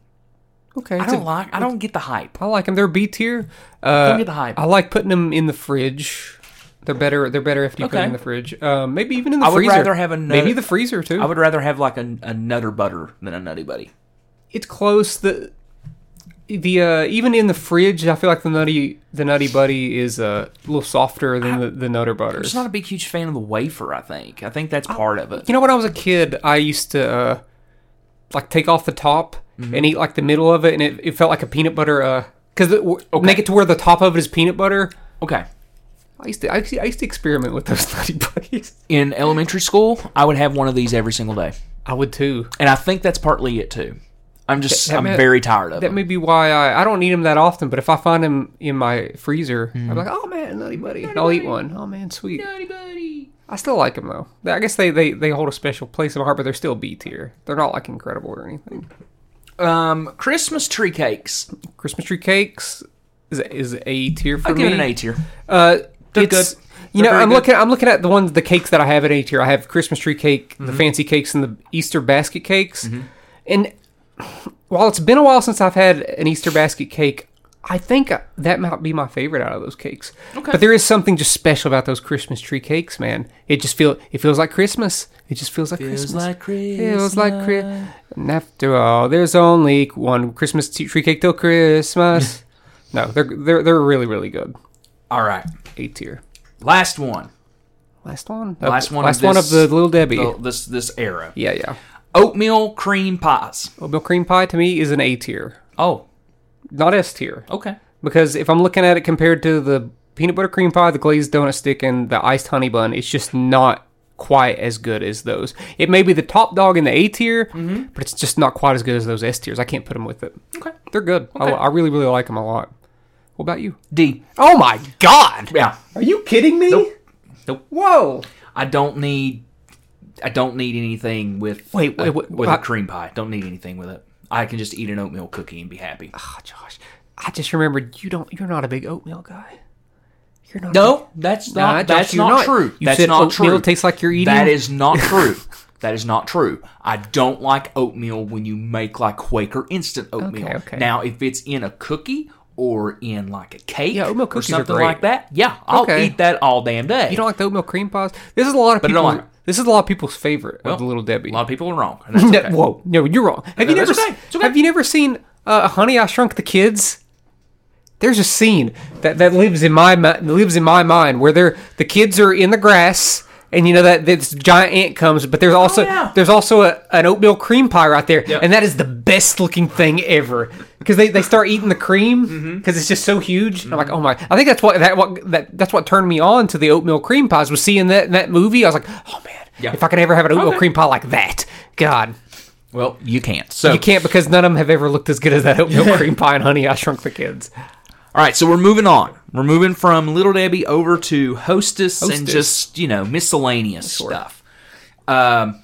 Speaker 2: Okay,
Speaker 1: I
Speaker 2: it's
Speaker 1: don't
Speaker 2: a-
Speaker 1: like. I don't get the hype.
Speaker 2: I like them. They're B tier. Uh,
Speaker 1: get the hype.
Speaker 2: I like putting them in the fridge. They're better. They're better after you put
Speaker 1: Okay.
Speaker 2: them in the fridge. Um, maybe even in the
Speaker 1: I would
Speaker 2: freezer.
Speaker 1: rather have a nut-
Speaker 2: maybe the freezer too.
Speaker 1: I would rather have like a, a nutter butter than a nutty buddy.
Speaker 2: it's close. The the uh, even in the fridge, I feel like the nutty the nutty buddy is uh, a little softer than the, the nutter butters.
Speaker 1: Just not a big huge fan of the wafer. I think. I think that's part of it.
Speaker 2: You know, when I was a kid, I used to uh, like take off the top
Speaker 1: Mm-hmm.
Speaker 2: and eat like the middle of it, and it, it felt like a peanut butter. uh 'cause because make it to where the top of it is peanut butter.
Speaker 1: Okay.
Speaker 2: I used to, I used to, I used to experiment with those (laughs) nutty buddies.
Speaker 1: In elementary school, I would have one of these every single day,
Speaker 2: I would too.
Speaker 1: and I think that's partly it too. I'm just.
Speaker 2: that
Speaker 1: I'm
Speaker 2: may-
Speaker 1: very tired of
Speaker 2: That
Speaker 1: it.
Speaker 2: may be why I, I don't eat them that often, but if I find them in my freezer, I'm like, oh man, nutty buddy, I'll eat one. Oh man, sweet.
Speaker 1: Nutty buddy.
Speaker 2: I still like them though. I guess they, they, they hold a special place in my heart, but they're still B tier. They're not like incredible or anything.
Speaker 1: Um, Christmas tree cakes.
Speaker 2: Christmas tree cakes is is a tier for
Speaker 1: I
Speaker 2: me.
Speaker 1: give it an A tier.
Speaker 2: Uh,
Speaker 1: They're
Speaker 2: it's-
Speaker 1: good.
Speaker 2: You
Speaker 1: They're
Speaker 2: know,
Speaker 1: very
Speaker 2: I'm
Speaker 1: good.
Speaker 2: looking. I'm looking at the ones, the cakes that I have at A tier. I have Christmas tree cake,
Speaker 1: Mm-hmm.
Speaker 2: the fancy cakes, and the Easter basket cakes. And while it's been a while since I've had an Easter basket cake, I think that might be my favorite out of those cakes.
Speaker 1: Okay.
Speaker 2: But there is something just special about those Christmas tree cakes, man. It just feel it feels like Christmas. It just feels like Christmas. Feels like Christmas. And after all, there's only one Christmas t- tree cake
Speaker 1: (laughs)
Speaker 2: till Christmas. no, they're they're they're really really good.
Speaker 1: All right,
Speaker 2: A tier.
Speaker 1: last one.
Speaker 2: Last one.
Speaker 1: Last one of
Speaker 2: Last one
Speaker 1: this-
Speaker 2: of the little Debbie.
Speaker 1: The- this this era.
Speaker 2: Yeah, yeah.
Speaker 1: Oatmeal cream pies.
Speaker 2: Oatmeal cream pie to me is an A tier,
Speaker 1: Oh,
Speaker 2: not S tier,
Speaker 1: okay.
Speaker 2: because if I'm looking at it compared to the peanut butter cream pie, the glazed donut stick, and the iced honey bun, it's just not quite as good as those. It may be the top dog in the A tier, but it's just not quite as good as those S tiers. I can't put them with it.
Speaker 1: Mm-hmm. Okay.
Speaker 2: They're good. I,
Speaker 1: Okay.
Speaker 2: I really, really like them a lot. What about you?
Speaker 1: D.
Speaker 2: Oh my God!
Speaker 1: Yeah.
Speaker 2: Are you kidding me?
Speaker 1: Nope.
Speaker 2: Whoa!
Speaker 1: I don't need. I don't need anything with
Speaker 2: Wait, wait, wait,
Speaker 1: with
Speaker 2: I-
Speaker 1: a cream pie. Don't need anything with it. I can just eat an oatmeal cookie and be happy.
Speaker 2: Oh, Josh, I just remembered you don't. You're not a big oatmeal guy. You're not. a big-
Speaker 1: No, that's
Speaker 2: Nah,
Speaker 1: not
Speaker 2: Josh,
Speaker 1: that's
Speaker 2: you're
Speaker 1: not, true.
Speaker 2: You
Speaker 1: that's
Speaker 2: said
Speaker 1: not
Speaker 2: oatmeal
Speaker 1: true.
Speaker 2: tastes like you're eating.
Speaker 1: That is
Speaker 2: (laughs)
Speaker 1: not true. that is not true. I don't like oatmeal when you make like Quaker instant oatmeal.
Speaker 2: Okay, okay.
Speaker 1: Now, if it's in a cookie or in like a cake
Speaker 2: Yeah, oatmeal
Speaker 1: or
Speaker 2: cookies are
Speaker 1: something
Speaker 2: great.
Speaker 1: like that, yeah, I'll
Speaker 2: Okay.
Speaker 1: eat that all damn day.
Speaker 2: You don't like the oatmeal cream pies. This is a lot of
Speaker 1: I don't
Speaker 2: people.
Speaker 1: like it.
Speaker 2: this is a lot of people's favorite of the Little Debbie.
Speaker 1: a lot of people are wrong.
Speaker 2: (laughs)
Speaker 1: And that's
Speaker 2: No,
Speaker 1: okay.
Speaker 2: Whoa, no, you're wrong. Have you
Speaker 1: No,
Speaker 2: never
Speaker 1: that's okay.
Speaker 2: se-
Speaker 1: It's okay.
Speaker 2: have you never seen uh, Honey I Shrunk the Kids? There's a scene that, that lives in my mi- lives in my mind where they're the kids are in the grass and you know that this giant ant comes, but there's also
Speaker 1: Oh, yeah.
Speaker 2: there's also a, an oatmeal cream pie right there,
Speaker 1: Yeah.
Speaker 2: and that is the best looking thing ever because they, they start eating the cream because
Speaker 1: Mm-hmm.
Speaker 2: it's just so huge. I'm like, oh my! I think that's what that what that, that's what turned me on to the oatmeal cream pies was seeing that that movie. I was like, oh man,
Speaker 1: Yeah.
Speaker 2: if I could ever have an oatmeal
Speaker 1: Okay.
Speaker 2: cream pie like that, God.
Speaker 1: Well, you can't. So
Speaker 2: You can't because none of them have ever looked as good as that oatmeal cream pie and honey. I shrunk the kids.
Speaker 1: All right, so we're moving on. We're moving from Little Debbie over to Hostess, and
Speaker 2: Hostess.
Speaker 1: just, you know, miscellaneous stuff. Um,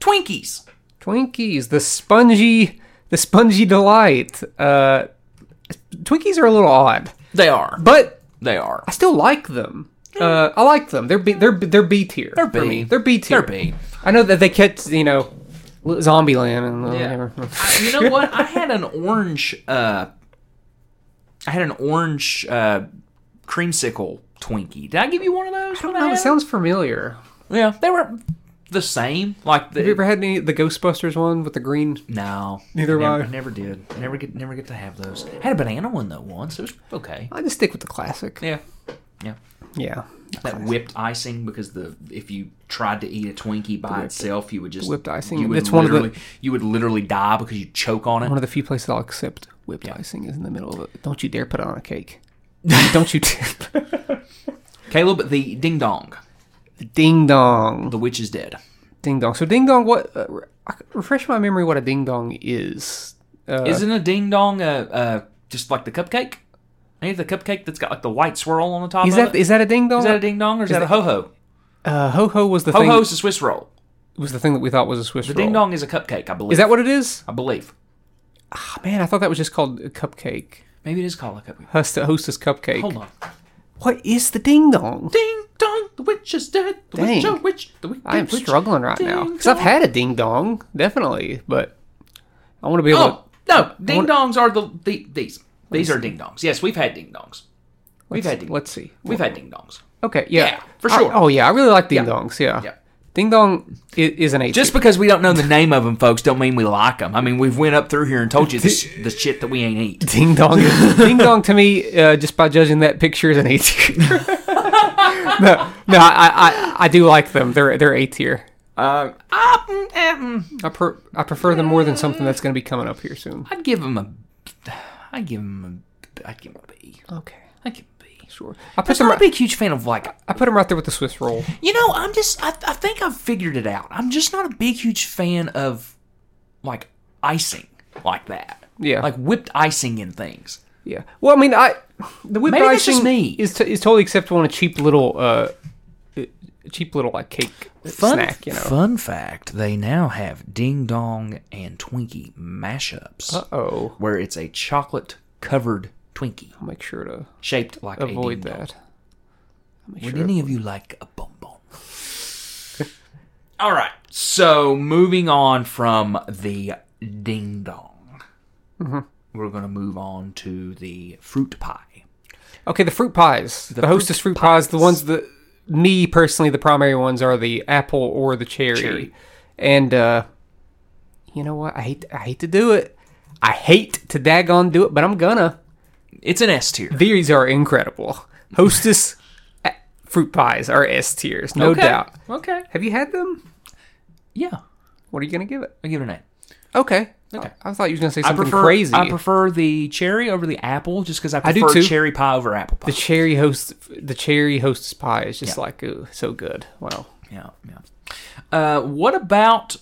Speaker 1: Twinkies.
Speaker 2: Twinkies, the spongy, the spongy delight. Uh, Twinkies are a little odd,
Speaker 1: They are.
Speaker 2: but
Speaker 1: They are.
Speaker 2: I still like them. Uh, I like them. They're B, they're they're B tier. They're
Speaker 1: B.
Speaker 2: They're B tier.
Speaker 1: They're B.
Speaker 2: I know that they kept you know, Zombieland and uh, whatever.
Speaker 1: I- you know what? I had an orange. Uh, I had an orange uh, creamsicle Twinkie. Did I give you one of those? when I
Speaker 2: Oh, it
Speaker 1: had
Speaker 2: sounds familiar.
Speaker 1: it? yeah, they were the same. Like
Speaker 2: Have you
Speaker 1: the,
Speaker 2: ever had any the Ghostbusters one with the green?
Speaker 1: no,
Speaker 2: Neither
Speaker 1: I never,
Speaker 2: have I.
Speaker 1: I never did. I never get never get to have those. I had a banana one though once. It was okay.
Speaker 2: I just stick with the classic.
Speaker 1: Yeah, yeah.
Speaker 2: Yeah,
Speaker 1: That whipped icing because the if you tried to eat a Twinkie by itself, you would just
Speaker 2: whipped icing.
Speaker 1: You would
Speaker 2: It's one of the-
Speaker 1: literally- you would literally die because you choke on it.
Speaker 2: one of the few places I'll accept whipped icing is in the middle of it. Don't you dare put it on a cake. (laughs) Don't you dare.
Speaker 1: Caleb, the ding dong,
Speaker 2: (laughs) ding dong.
Speaker 1: the witch is dead.
Speaker 2: Ding dong. So ding dong, what? Uh, re- refresh my memory what a ding dong is. Uh,
Speaker 1: Isn't a ding dong uh, uh, just like the cupcake? Ain't the cupcake that's got like the white swirl on the top
Speaker 2: is
Speaker 1: of
Speaker 2: that
Speaker 1: it?
Speaker 2: is that a ding dong?
Speaker 1: Is that a ding dong or is, that, a ho ho?
Speaker 2: Uh, ho ho was the
Speaker 1: Ho
Speaker 2: thing
Speaker 1: ho's a Swiss roll.
Speaker 2: was the thing that we thought was a Swiss
Speaker 1: The
Speaker 2: roll.
Speaker 1: ding dong is a cupcake, I believe.
Speaker 2: Is that what it is?
Speaker 1: I believe.
Speaker 2: Oh, man, I thought that was just called a cupcake.
Speaker 1: Maybe it is called a cupcake.
Speaker 2: Host- hostess cupcake.
Speaker 1: Hold on.
Speaker 2: What is the ding dong?
Speaker 1: Ding dong, the witch is dead. The
Speaker 2: Dang.
Speaker 1: witch, oh witch, the witch.
Speaker 2: I am
Speaker 1: witch.
Speaker 2: struggling right now
Speaker 1: Ding
Speaker 2: because I've
Speaker 1: dong.
Speaker 2: had a ding dong definitely, but I want to be able.
Speaker 1: Oh
Speaker 2: to...
Speaker 1: no, ding dongs are the, the these. These are ding dongs. Yes, we've had ding dongs. We've had ding.
Speaker 2: Let's see.
Speaker 1: We've had ding dongs.
Speaker 2: Okay, yeah,
Speaker 1: Yeah, for
Speaker 2: I-
Speaker 1: sure.
Speaker 2: oh yeah, I really like ding dongs. Yeah.
Speaker 1: Yeah.
Speaker 2: ding dong is, is an eight.
Speaker 1: Just because we don't know the name of them, folks, don't mean we like them. I mean, we've went up through here and told you the,
Speaker 2: (laughs)
Speaker 1: sh- the shit that we ain't eat.
Speaker 2: ding dong,
Speaker 1: (laughs)
Speaker 2: ding dong to me, uh, just by judging that picture is an eight. tier. no, (laughs) no, I, I I do like them. They're they're eight tier.
Speaker 1: Uh,
Speaker 2: Ah,
Speaker 1: I, mm, eh, mm.
Speaker 2: I per, I prefer them more than something that's going to be coming up here soon.
Speaker 1: I'd give him a. I'd give him a. I'd give him a B.
Speaker 2: Okay,
Speaker 1: I'd give him a B.
Speaker 2: sure. I put
Speaker 1: Plus,
Speaker 2: them.
Speaker 1: I'm a
Speaker 2: Right,
Speaker 1: big, huge fan of like.
Speaker 2: I put them right there with the Swiss
Speaker 1: (laughs)
Speaker 2: roll.
Speaker 1: You know, I'm just. I, I think I've figured it out. I'm just not a big, huge fan of like icing like that.
Speaker 2: Yeah.
Speaker 1: Like whipped icing in things.
Speaker 2: Yeah. Well, I mean, I the whipped
Speaker 1: Maybe that's
Speaker 2: icing
Speaker 1: just me.
Speaker 2: is t- is totally acceptable in a cheap little uh, cheap little like cake
Speaker 1: Fun,
Speaker 2: snack, you know.
Speaker 1: fun fact: They now have Ding Dong and Twinkie mashups,
Speaker 2: Uh-oh.
Speaker 1: where it's a chocolate covered Twinkie
Speaker 2: I'll make sure to
Speaker 1: shaped like a
Speaker 2: avoid
Speaker 1: ding dong.
Speaker 2: that. I'll make
Speaker 1: Would
Speaker 2: sure.
Speaker 1: any of you like a bonbon? (laughs) All right. So moving on from the ding dong,
Speaker 2: Mm-hmm.
Speaker 1: we're going to move on to the fruit pie.
Speaker 2: Okay, the fruit pies. The, hostess fruit pies. the ones that me personally the primary ones are the apple or the cherry.
Speaker 1: Cherry.
Speaker 2: And uh you know what? I hate I hate to do it. I hate to daggone do it, but I'm gonna.
Speaker 1: It's an S tier.
Speaker 2: These are incredible. Hostess a- fruit pies are S tiers, no
Speaker 1: Okay.
Speaker 2: doubt.
Speaker 1: Okay.
Speaker 2: Have you had them?
Speaker 1: Yeah,
Speaker 2: What are you gonna give it?
Speaker 1: I give it an A.
Speaker 2: Okay.
Speaker 1: Okay.
Speaker 2: I, I thought you was gonna say
Speaker 1: I
Speaker 2: something
Speaker 1: prefer
Speaker 2: crazy.
Speaker 1: I prefer the cherry over the apple, just because I
Speaker 2: do
Speaker 1: prefer
Speaker 2: too.
Speaker 1: cherry pie over apple pie.
Speaker 2: the cherry host, the cherry hostess pie is just
Speaker 1: Yeah.
Speaker 2: like ooh, so good. Wow.
Speaker 1: yeah, yeah. Uh, what about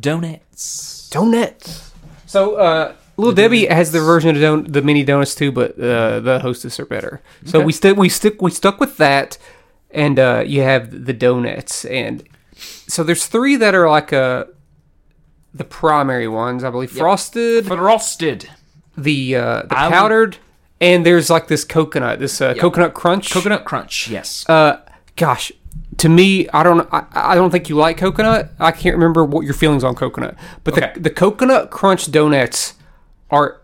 Speaker 1: donuts?
Speaker 2: Donuts. So, uh, Little Debbie has their version of don- the mini donuts too, but uh, the hostess are better. So we stick, we stick, we stuck with that, and uh, you have the donuts, and so there's three that are like uh, the primary ones, I believe. Frosted,
Speaker 1: Frosted.
Speaker 2: the uh, the
Speaker 1: I would-
Speaker 2: powdered, and there's like this coconut, this uh, coconut crunch.
Speaker 1: Coconut crunch. Yes.
Speaker 2: Uh, gosh, to me, I don't, I, I don't think you like coconut. I can't remember what your feelings on coconut, but
Speaker 1: Okay.
Speaker 2: the the coconut crunch donuts are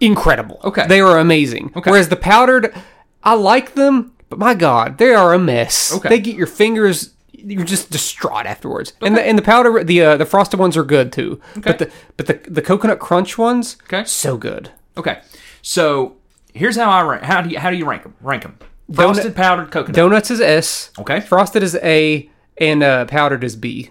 Speaker 2: incredible.
Speaker 1: Okay.
Speaker 2: they are amazing.
Speaker 1: Okay.
Speaker 2: Whereas the powdered, I like them, but my god, they are a mess.
Speaker 1: Okay.
Speaker 2: they get your fingers. You're just distraught afterwards, and the and the powder, the uh, the frosted ones are good too. But the but the the coconut crunch ones,
Speaker 1: Okay.
Speaker 2: so good.
Speaker 1: Okay, so here's how I rank. How do you how do you rank them? Rank them. Frosted, powdered coconut.
Speaker 2: Donuts is S,
Speaker 1: okay.
Speaker 2: frosted is A, and uh, powdered is B.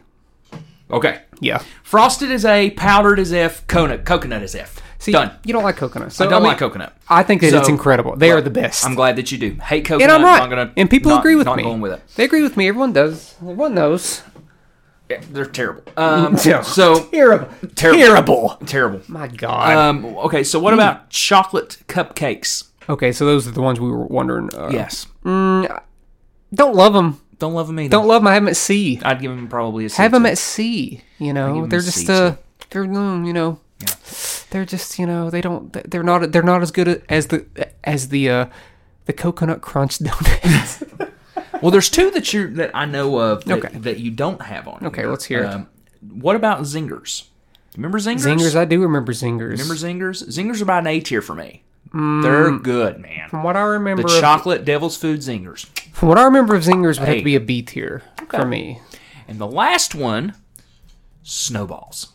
Speaker 1: Okay.
Speaker 2: Yeah.
Speaker 1: Frosted is A. Powdered is F. Coconut. Coconut is F.
Speaker 2: See,
Speaker 1: Done.
Speaker 2: You don't like coconut. So,
Speaker 1: I don't
Speaker 2: mean,
Speaker 1: like coconut.
Speaker 2: I think that
Speaker 1: So-
Speaker 2: it's incredible. They are the best.
Speaker 1: I'm glad that you do. Hate coconut.
Speaker 2: and I'm right.
Speaker 1: Not gonna,
Speaker 2: and people
Speaker 1: not-
Speaker 2: agree with
Speaker 1: not
Speaker 2: me.
Speaker 1: Going with it.
Speaker 2: They agree with me. Everyone does. Everyone knows.
Speaker 1: Yeah, they're terrible.
Speaker 2: (laughs)
Speaker 1: Um,
Speaker 2: Yeah.
Speaker 1: so
Speaker 2: Terrible.
Speaker 1: Terrible.
Speaker 2: Terrible. Mm.
Speaker 1: terrible.
Speaker 2: My God.
Speaker 1: Um, okay, so what about chocolate cupcakes?
Speaker 2: okay, so those are the ones we were wondering. Uh,
Speaker 1: Yes.
Speaker 2: Don't love them.
Speaker 1: Don't love them either.
Speaker 2: Don't love them. I have them at C.
Speaker 1: I'd give them probably a C.
Speaker 2: Have them
Speaker 1: too.
Speaker 2: at C. You know,
Speaker 1: them
Speaker 2: they're
Speaker 1: a
Speaker 2: just
Speaker 1: C,
Speaker 2: uh, they're mm, you know, they're just you know, they don't. They're not. They're not as good as the as the uh, the coconut crunch (laughs) donuts.
Speaker 1: Well, there's two that you that I know of that,
Speaker 2: Okay.
Speaker 1: that you don't have on.
Speaker 2: Okay,
Speaker 1: here. Um,
Speaker 2: let's hear it.
Speaker 1: what about zingers? Remember zingers?
Speaker 2: zingers. I do remember zingers.
Speaker 1: Remember zingers? Zingers are about an A tier for me. They're good, man.
Speaker 2: Hmm. From what I remember,
Speaker 1: The
Speaker 2: of-
Speaker 1: chocolate devil's food zingers.
Speaker 2: From what I remember of Zingers would have
Speaker 1: Hey.
Speaker 2: to be a B tier for me.
Speaker 1: And the last one, snowballs.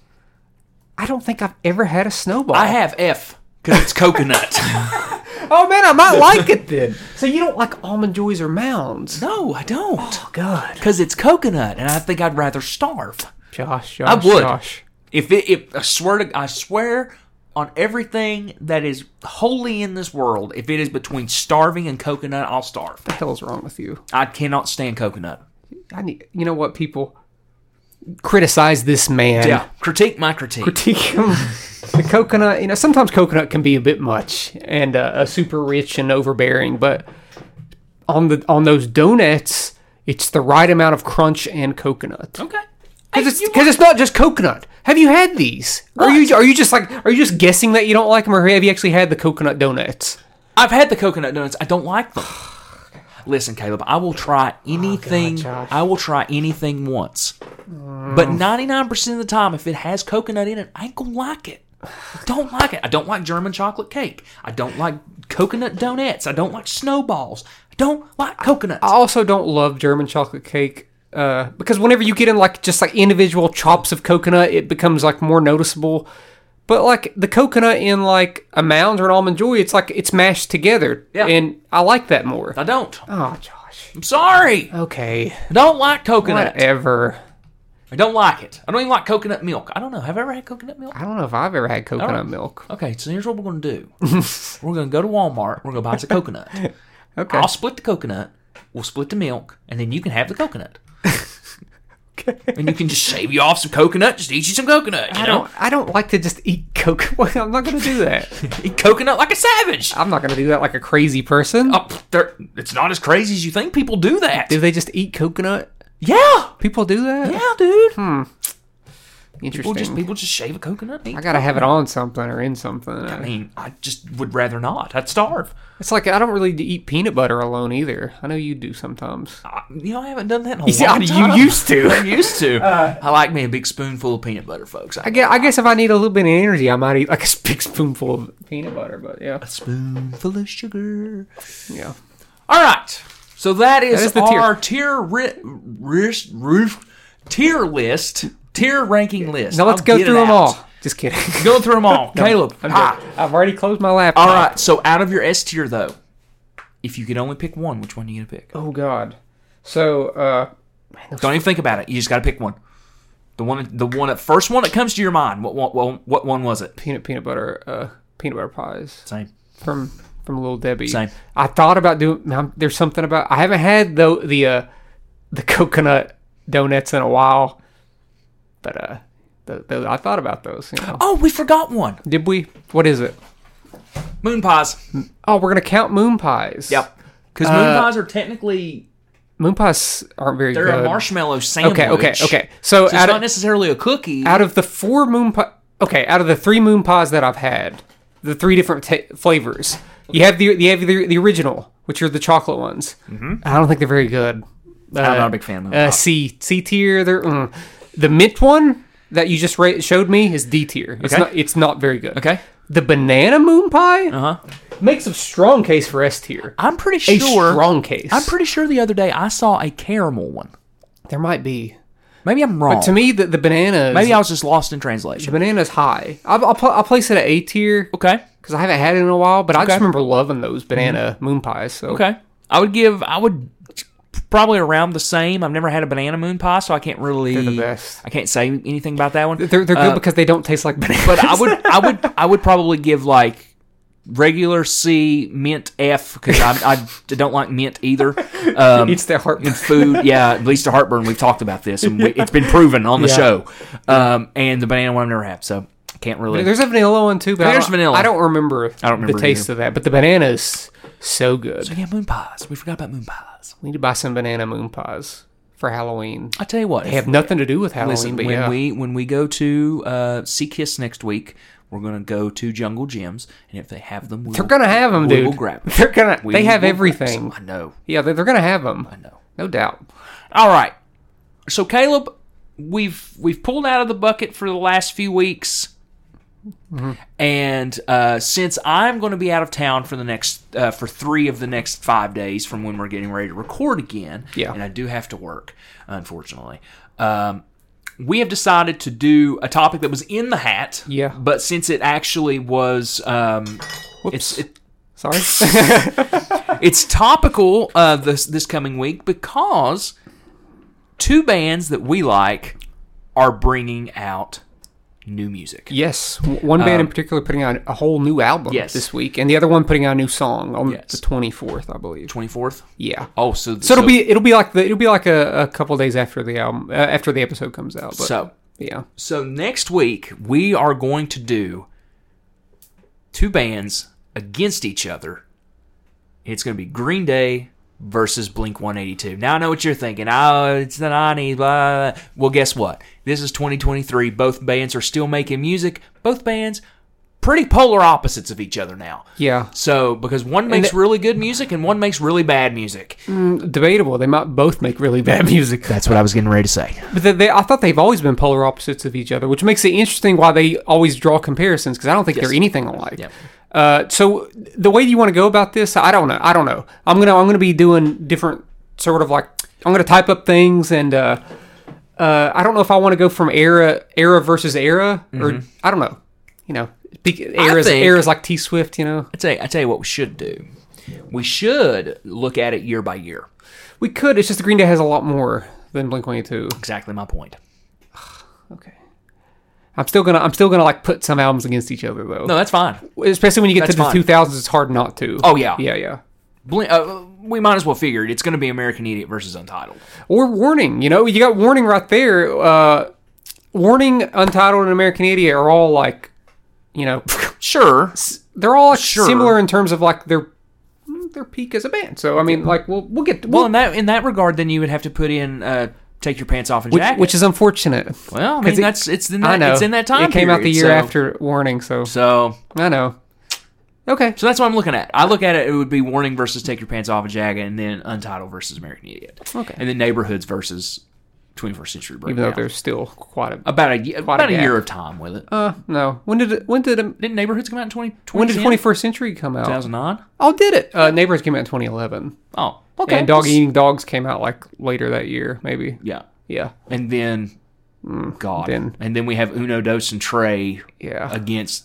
Speaker 2: I don't think I've ever had a snowball.
Speaker 1: I have F because it's coconut.
Speaker 2: (laughs) oh man,
Speaker 1: (laughs)
Speaker 2: I might like it then. So you don't like almond joys or mounds?
Speaker 1: no, I don't.
Speaker 2: Oh god.
Speaker 1: Because it's coconut, and I think I'd rather starve.
Speaker 2: Josh, Josh,
Speaker 1: I would.
Speaker 2: Josh.
Speaker 1: If it, if I swear to, I swear on everything that is holy in this world, if it is between starving and coconut, I'll starve.
Speaker 2: What the hell's wrong with you?
Speaker 1: I cannot stand coconut.
Speaker 2: I need. You know what, people criticize this man.
Speaker 1: Yeah, critique my critique.
Speaker 2: Critique him. the coconut. You know, sometimes coconut can be a bit much and uh, uh, super rich and overbearing, but on the on those donuts, it's the right amount of crunch and coconut.
Speaker 1: okay.
Speaker 2: Because
Speaker 1: Hey,
Speaker 2: it's,
Speaker 1: you
Speaker 2: 'cause it's not just coconut. Have you had these? Are you are you just like are you just guessing that you don't like them, or have you actually had the coconut donuts?
Speaker 1: I've had the coconut donuts. I don't like them. (sighs) Listen, Caleb, I will try anything.
Speaker 2: Josh.
Speaker 1: I will try anything once. But 99% of the time, if it has coconut in it, I ain't gonna like it. I don't like it. I don't like German chocolate cake. I don't like coconut donuts. I don't like snowballs. I don't like coconuts.
Speaker 2: I also don't love German chocolate cake uh, because whenever you get in like just like individual chops of coconut, it becomes like more noticeable. But like the coconut in like a mound or an almond joy, it's like it's mashed together,
Speaker 1: Yeah.
Speaker 2: and I like that more.
Speaker 1: I don't.
Speaker 2: Oh, Josh.
Speaker 1: I'm sorry.
Speaker 2: Okay.
Speaker 1: I don't like coconut.
Speaker 2: Whatever.
Speaker 1: I don't like it. I don't even like coconut milk. I don't know. Have I ever had coconut milk?
Speaker 2: (laughs) I don't know if I've ever had coconut milk.
Speaker 1: Okay, so here's what we're gonna do. we're gonna go to Walmart. We're gonna buy us a coconut.
Speaker 2: Okay. (laughs)
Speaker 1: I'll split the coconut. We'll split the milk, and then you can have the coconut. and you can just shave you off some coconut. Just eat you some coconut. You
Speaker 2: I
Speaker 1: know?
Speaker 2: don't. I don't like to just eat coke. Well, (laughs) I'm not gonna do that.
Speaker 1: eat coconut like a savage.
Speaker 2: I'm not gonna do that like a crazy person.
Speaker 1: Oh, pff, they're- it's not as crazy as you think. People do that.
Speaker 2: Do they just eat coconut?
Speaker 1: Yeah,
Speaker 2: People do that.
Speaker 1: yeah, dude.
Speaker 2: Interesting.
Speaker 1: People just people just shave a coconut. And eat
Speaker 2: I gotta have it on something or in something.
Speaker 1: I mean, I just would rather not. I'd starve.
Speaker 2: It's like I don't really d- eat peanut butter alone either. I know you
Speaker 1: (laughs)
Speaker 2: do sometimes.
Speaker 1: I, you know, I haven't done that in a
Speaker 2: see,
Speaker 1: long
Speaker 2: I- you
Speaker 1: time. (laughs)
Speaker 2: used to.
Speaker 1: I used to. I like me a big spoonful of peanut butter, folks. I
Speaker 2: (laughs) Uh, I guess, I guess if I need a little bit of energy, I might eat like a (laughs) s- big spoonful of peanut butter. But yeah,
Speaker 1: a spoonful of sugar.
Speaker 2: yeah.
Speaker 1: All right. So that is,
Speaker 2: is the tier.
Speaker 1: our tier ri- ris- roof tier list, tier ranking list.
Speaker 2: Now let's
Speaker 1: I'll
Speaker 2: go
Speaker 1: get it
Speaker 2: through them
Speaker 1: out.
Speaker 2: all. Just kidding.
Speaker 1: (laughs)
Speaker 2: (laughs)
Speaker 1: Go through them all, Caleb.
Speaker 2: I'm
Speaker 1: ah.
Speaker 2: joking. I've already closed my laptop.
Speaker 1: All right. So out of your S tier though, if you could only pick one, which one are you gonna pick?
Speaker 2: Oh God. So uh,
Speaker 1: Don't even think about it. You just gotta pick one. The one, the one, that first one that comes to your mind. What, what, what, what one was it?
Speaker 2: peanut peanut butter uh, peanut butter pies
Speaker 1: Same.
Speaker 2: from from Little Debbie.
Speaker 1: Same.
Speaker 2: I thought about doing. um, There's something about I haven't had though the uh, the (laughs) coconut donuts in a while, but uh, the, the, I thought about those. You know.
Speaker 1: Oh, we forgot one.
Speaker 2: Did we? What is it?
Speaker 1: Moon pies.
Speaker 2: Oh, we're gonna count moon pies.
Speaker 1: Yep. Because
Speaker 2: Uh,
Speaker 1: moon pies are technically
Speaker 2: Moon pies aren't very
Speaker 1: they're a
Speaker 2: good.
Speaker 1: marshmallow sandwich.
Speaker 2: okay, okay, okay. So,
Speaker 1: So it's
Speaker 2: out,
Speaker 1: not
Speaker 2: of,
Speaker 1: necessarily a cookie.
Speaker 2: out of the four moon pie, okay, out of the three moon pies that I've had, the three different ta flavors, you have the you have the, the original, which are the chocolate ones. Mm-hmm. I don't think they're very good.
Speaker 1: I'm not a big fan of moon
Speaker 2: Uh,
Speaker 1: pies.
Speaker 2: C C tier. They're mm. the mint one that you just ra- showed me is D tier. It's
Speaker 1: Okay.
Speaker 2: not. It's not very good.
Speaker 1: Okay.
Speaker 2: The banana moon pie
Speaker 1: Uh huh.
Speaker 2: makes a strong case for S tier.
Speaker 1: I'm pretty
Speaker 2: A
Speaker 1: sure.
Speaker 2: strong case.
Speaker 1: I'm pretty sure the other day I saw a caramel one.
Speaker 2: There might be.
Speaker 1: Maybe I'm wrong.
Speaker 2: To me, the, the banana.
Speaker 1: Maybe
Speaker 2: I'll,
Speaker 1: I was just lost in translation.
Speaker 2: the banana's high. I'll, I'll, pl- I'll place it at A tier
Speaker 1: Okay.
Speaker 2: because I haven't had it in a while. But I
Speaker 1: Okay. Mm-hmm.
Speaker 2: just remember loving those banana moon pies. So
Speaker 1: Okay. I would give. I would probably around the same. I've never had a banana moon pie, so I can't really.
Speaker 2: the best.
Speaker 1: I can't say anything about that one.
Speaker 2: they're they're good
Speaker 1: Uh,
Speaker 2: because they don't taste like banana. (laughs)
Speaker 1: but I would. I would. I would probably give like regular C, mint F, because I, I don't like mint either. Um,
Speaker 2: it's their heart.
Speaker 1: in food, yeah, at least to heartburn. We've talked about this, and we, it's been proven on the
Speaker 2: Yeah.
Speaker 1: show. Um, and the banana one I've never had, so can't really.
Speaker 2: There's a vanilla one too, but I
Speaker 1: There's
Speaker 2: don't,
Speaker 1: vanilla.
Speaker 2: I don't remember. I
Speaker 1: don't remember
Speaker 2: the taste of that. But the banana is so good.
Speaker 1: Oh, yeah, moon pies. We forgot about moon pies.
Speaker 2: we need to buy some banana moon pies for Halloween.
Speaker 1: I tell you what,
Speaker 2: They have nothing to do with Halloween,
Speaker 1: Listen,
Speaker 2: but
Speaker 1: when
Speaker 2: yeah.
Speaker 1: we when we go to uh, Sea Kiss next week, we're gonna go to Jungle Gyms, and if they have them, we
Speaker 2: they're gonna have them,
Speaker 1: we
Speaker 2: dude.
Speaker 1: will grab 'em.
Speaker 2: (laughs) They're gonna.
Speaker 1: We
Speaker 2: they have
Speaker 1: will grab some.
Speaker 2: everything.
Speaker 1: I know.
Speaker 2: Yeah, they're, they're gonna have them. I
Speaker 1: know.
Speaker 2: no doubt.
Speaker 1: All right. So Caleb, we've we've pulled out of the bucket for the last few weeks.
Speaker 2: Mm-hmm.
Speaker 1: And uh, since I'm going to be out of town for the next uh, for three of the next five days from when we're getting ready to record again,
Speaker 2: Yeah.
Speaker 1: and I do have to work, unfortunately. Um, we have decided to do a topic that was in the hat,
Speaker 2: Yeah.
Speaker 1: But since it actually was, um, it's it,
Speaker 2: Sorry.
Speaker 1: (laughs) it's topical uh, this this coming week because two bands that we like are bringing out new music.
Speaker 2: yes, w- one band in particular putting out a whole new album
Speaker 1: Um, Yes.
Speaker 2: this week, and the other one putting out a new song on
Speaker 1: Yes.
Speaker 2: the twenty fourth, I believe.
Speaker 1: Twenty fourth.
Speaker 2: Yeah.
Speaker 1: Oh, so
Speaker 2: So it'll be it'll be like the it'll be like a, a couple days after the album uh, after the episode comes out. But
Speaker 1: so
Speaker 2: yeah,
Speaker 1: so next week we are going to do two bands against each other. It's going to be Green Day versus Blink 182. Now I know what you're thinking. Oh, it's the 90s. Blah, blah. Well, guess what? This is 2023. Both bands are still making music. Both bands pretty polar opposites of each other now.
Speaker 2: yeah,
Speaker 1: So, because one makes
Speaker 2: the-
Speaker 1: really good music and one makes really bad music.
Speaker 2: Mm, debatable. They might both make really bad (laughs) music.
Speaker 1: That's what I was getting ready to say.
Speaker 2: But they, they, I thought they've always been polar opposites of each other, which makes it interesting why they always draw comparisons because I don't think they're anything alike.
Speaker 1: Yep.
Speaker 2: Uh, so the way you want to go about this, I don't know. I don't know. I'm gonna I'm gonna be doing different sort of like I'm gonna type up things and uh, uh, I don't know if I want to go from era era versus era or I don't know. You know, bec- eras
Speaker 1: think-
Speaker 2: eras like T Swift. You know,
Speaker 1: I tell you, I tell you what we should do. We should look at it year by year.
Speaker 2: we could. It's just the Green Day has a lot more than Blink Twenty Two.
Speaker 1: Exactly my point.
Speaker 2: Okay. I'm still gonna I'm still gonna like put some albums against each other though.
Speaker 1: No, that's fine.
Speaker 2: especially when you get
Speaker 1: That's
Speaker 2: to the
Speaker 1: fine.
Speaker 2: two thousands, it's hard not to.
Speaker 1: Oh, yeah.
Speaker 2: yeah, yeah.
Speaker 1: Blink, uh, we might as well figure it. It's going to be American Idiot versus Untitled.
Speaker 2: or warning. You know, you got warning right there. Uh, warning, Untitled, and American Idiot are all like, you know, (laughs)
Speaker 1: Sure.
Speaker 2: they're all like
Speaker 1: Sure.
Speaker 2: similar in terms of like their their peak as a band. So I mean, like we'll we'll get
Speaker 1: Well, in that in that regard, then you would have to put in uh, take your pants off and
Speaker 2: which,
Speaker 1: jacket,
Speaker 2: which is unfortunate.
Speaker 1: well, I
Speaker 2: 'cause
Speaker 1: mean
Speaker 2: it-
Speaker 1: that's it's in
Speaker 2: I
Speaker 1: that
Speaker 2: know
Speaker 1: it's in that time.
Speaker 2: It came out the
Speaker 1: period,
Speaker 2: year
Speaker 1: so-
Speaker 2: after Warning, so
Speaker 1: So
Speaker 2: I know. Okay,
Speaker 1: so that's what I'm looking at. I look at it; it would be Warning versus Take Your Pants Off and Jacket, and then Untitled versus American Idiot.
Speaker 2: Okay.
Speaker 1: and then Neighborhoods versus 21st Century
Speaker 2: even though
Speaker 1: Breakdown.
Speaker 2: there's still quite a
Speaker 1: about a ye-
Speaker 2: a
Speaker 1: about a,
Speaker 2: gap.
Speaker 1: year of time with it.
Speaker 2: uh no. When did it, when did um,
Speaker 1: Didn't Neighborhoods come out in 20,
Speaker 2: when did 21st Century come out?
Speaker 1: 2009?
Speaker 2: Oh, did it? Uh, Neighbors came out in 2011,
Speaker 1: Oh, okay.
Speaker 2: and Dog
Speaker 1: Just-
Speaker 2: Eating Dogs came out like later that year, maybe.
Speaker 1: Yeah,
Speaker 2: Yeah,
Speaker 1: and then God,
Speaker 2: Hmm. then-
Speaker 1: and then we have Uno Dos and Trey
Speaker 2: yeah,
Speaker 1: against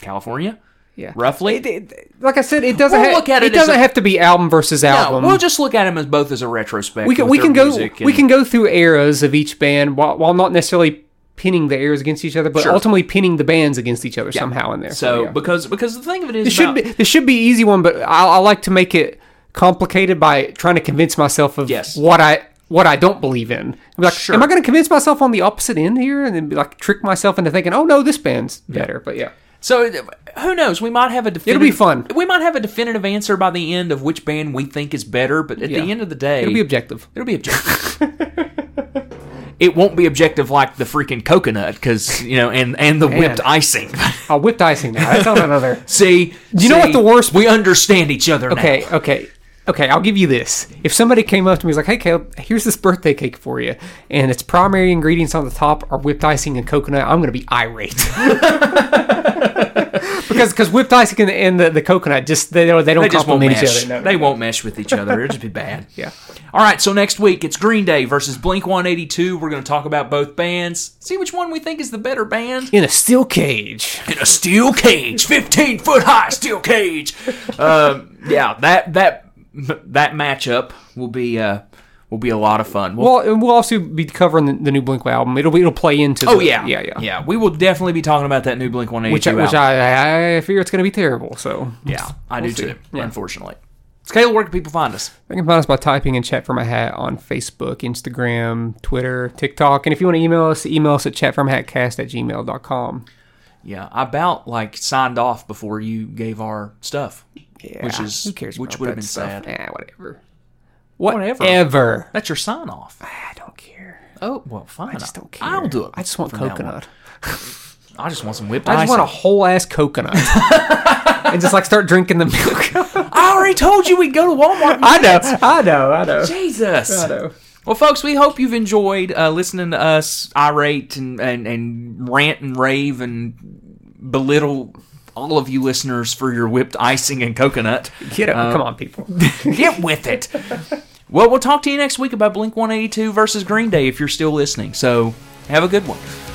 Speaker 1: California,
Speaker 2: yeah.
Speaker 1: roughly.
Speaker 2: It- it- like I said, it doesn't.
Speaker 1: We'll
Speaker 2: ha-
Speaker 1: look at
Speaker 2: it,
Speaker 1: it as
Speaker 2: doesn't
Speaker 1: a-
Speaker 2: have to be album versus
Speaker 1: No,
Speaker 2: album.
Speaker 1: we'll just look at them as both as a retrospect.
Speaker 2: we can
Speaker 1: with
Speaker 2: we
Speaker 1: their
Speaker 2: can go
Speaker 1: music
Speaker 2: we
Speaker 1: and-
Speaker 2: can go through eras of each band while, while not necessarily pinning the eras against each other, but
Speaker 1: Sure.
Speaker 2: ultimately pinning the bands against each other somehow in there.
Speaker 1: So
Speaker 2: yeah.
Speaker 1: because because the thing of it is
Speaker 2: It should
Speaker 1: about-
Speaker 2: be this should be an easy one, but I, I like to make it complicated by trying to convince myself of
Speaker 1: Yes.
Speaker 2: what I what I don't believe in. I'd be like,
Speaker 1: Sure.
Speaker 2: am I going to convince myself on the opposite end here, and then be like trick myself into thinking, oh no, this band's better. But yeah,
Speaker 1: so it- who knows? We might have a definitive,
Speaker 2: be fun.
Speaker 1: We might have a definitive answer by the end of which band we think is better. But at
Speaker 2: Yeah.
Speaker 1: the end of the day,
Speaker 2: it'll be objective.
Speaker 1: it'll be objective.
Speaker 2: (laughs)
Speaker 1: it won't be objective like the freaking coconut because you know and and the whipped
Speaker 2: (laughs)
Speaker 1: icing.
Speaker 2: I whipped icing now. That's
Speaker 1: (laughs)
Speaker 2: not another.
Speaker 1: see,
Speaker 2: you know what the worst-
Speaker 1: We understand each other. now.
Speaker 2: Okay, okay, okay. I'll give you this. If somebody came up to me and was like, "Hey, Caleb, here's this birthday cake for you, and its primary ingredients on the top are whipped icing and coconut," I'm gonna be irate (laughs) because because whipped icing and, the- and the, the coconut just they don't they don't
Speaker 1: They just won't
Speaker 2: complement
Speaker 1: mesh.
Speaker 2: each other. No, no,
Speaker 1: they
Speaker 2: no.
Speaker 1: won't mesh with each other. It'll
Speaker 2: (laughs)
Speaker 1: just be bad.
Speaker 2: Yeah.
Speaker 1: All right. So next week it's Green Day versus Blink One Eighty Two. We're going to talk about both bands. See which one we think is the better
Speaker 2: (laughs)
Speaker 1: band.
Speaker 2: In a steel cage.
Speaker 1: in a steel cage, fifteen foot high steel cage. Um, yeah, that that that matchup will be uh, will be a lot of fun. We'll,
Speaker 2: Well, and we'll also be covering the, the new Blink album. It'll be, it'll play into.
Speaker 1: oh
Speaker 2: the-
Speaker 1: yeah,
Speaker 2: yeah, yeah,
Speaker 1: yeah. We will definitely be talking about that new Blink One Eighty
Speaker 2: Which, I,
Speaker 1: Two
Speaker 2: which
Speaker 1: album.
Speaker 2: I, I fear it's going to be terrible. So
Speaker 1: yeah, I do
Speaker 2: see.
Speaker 1: too. Unfortunately, Scale, where can people find us?
Speaker 2: You can find us by typing in chat for my hat on Facebook, Instagram, Twitter, TikTok. And if you want to email us, email us at chatformyhatcast at gmail.com.
Speaker 1: Yeah, I about like signed off before you gave our stuff.
Speaker 2: Yeah.
Speaker 1: Which is-
Speaker 2: who cares
Speaker 1: which
Speaker 2: about
Speaker 1: would have
Speaker 2: that
Speaker 1: been
Speaker 2: stuff?
Speaker 1: sad.
Speaker 2: Yeah, whatever.
Speaker 1: Whatever.
Speaker 2: Whatever.
Speaker 1: That's your sign off.
Speaker 2: I don't care.
Speaker 1: Oh well, fine. I
Speaker 2: Just don't care.
Speaker 1: I'll do it.
Speaker 2: I just want
Speaker 1: from now on.
Speaker 2: coconut.
Speaker 1: I just want some whipped
Speaker 2: I
Speaker 1: I
Speaker 2: just want a whole ass (laughs) coconut. and just like start drinking the (laughs) milk.
Speaker 1: I already told you we'd go to Walmart.
Speaker 2: (laughs) I know. I know. I know.
Speaker 1: Jesus.
Speaker 2: I know.
Speaker 1: Well, folks, we hope you've enjoyed uh, listening to us irate and, and, and rant and rave and belittle all of you listeners for your whipped icing and coconut.
Speaker 2: Get up. Come on, people.
Speaker 1: Get with it. Well, we'll talk to you next week about Blink 182 versus Green Day if you're still listening. So, have a good one.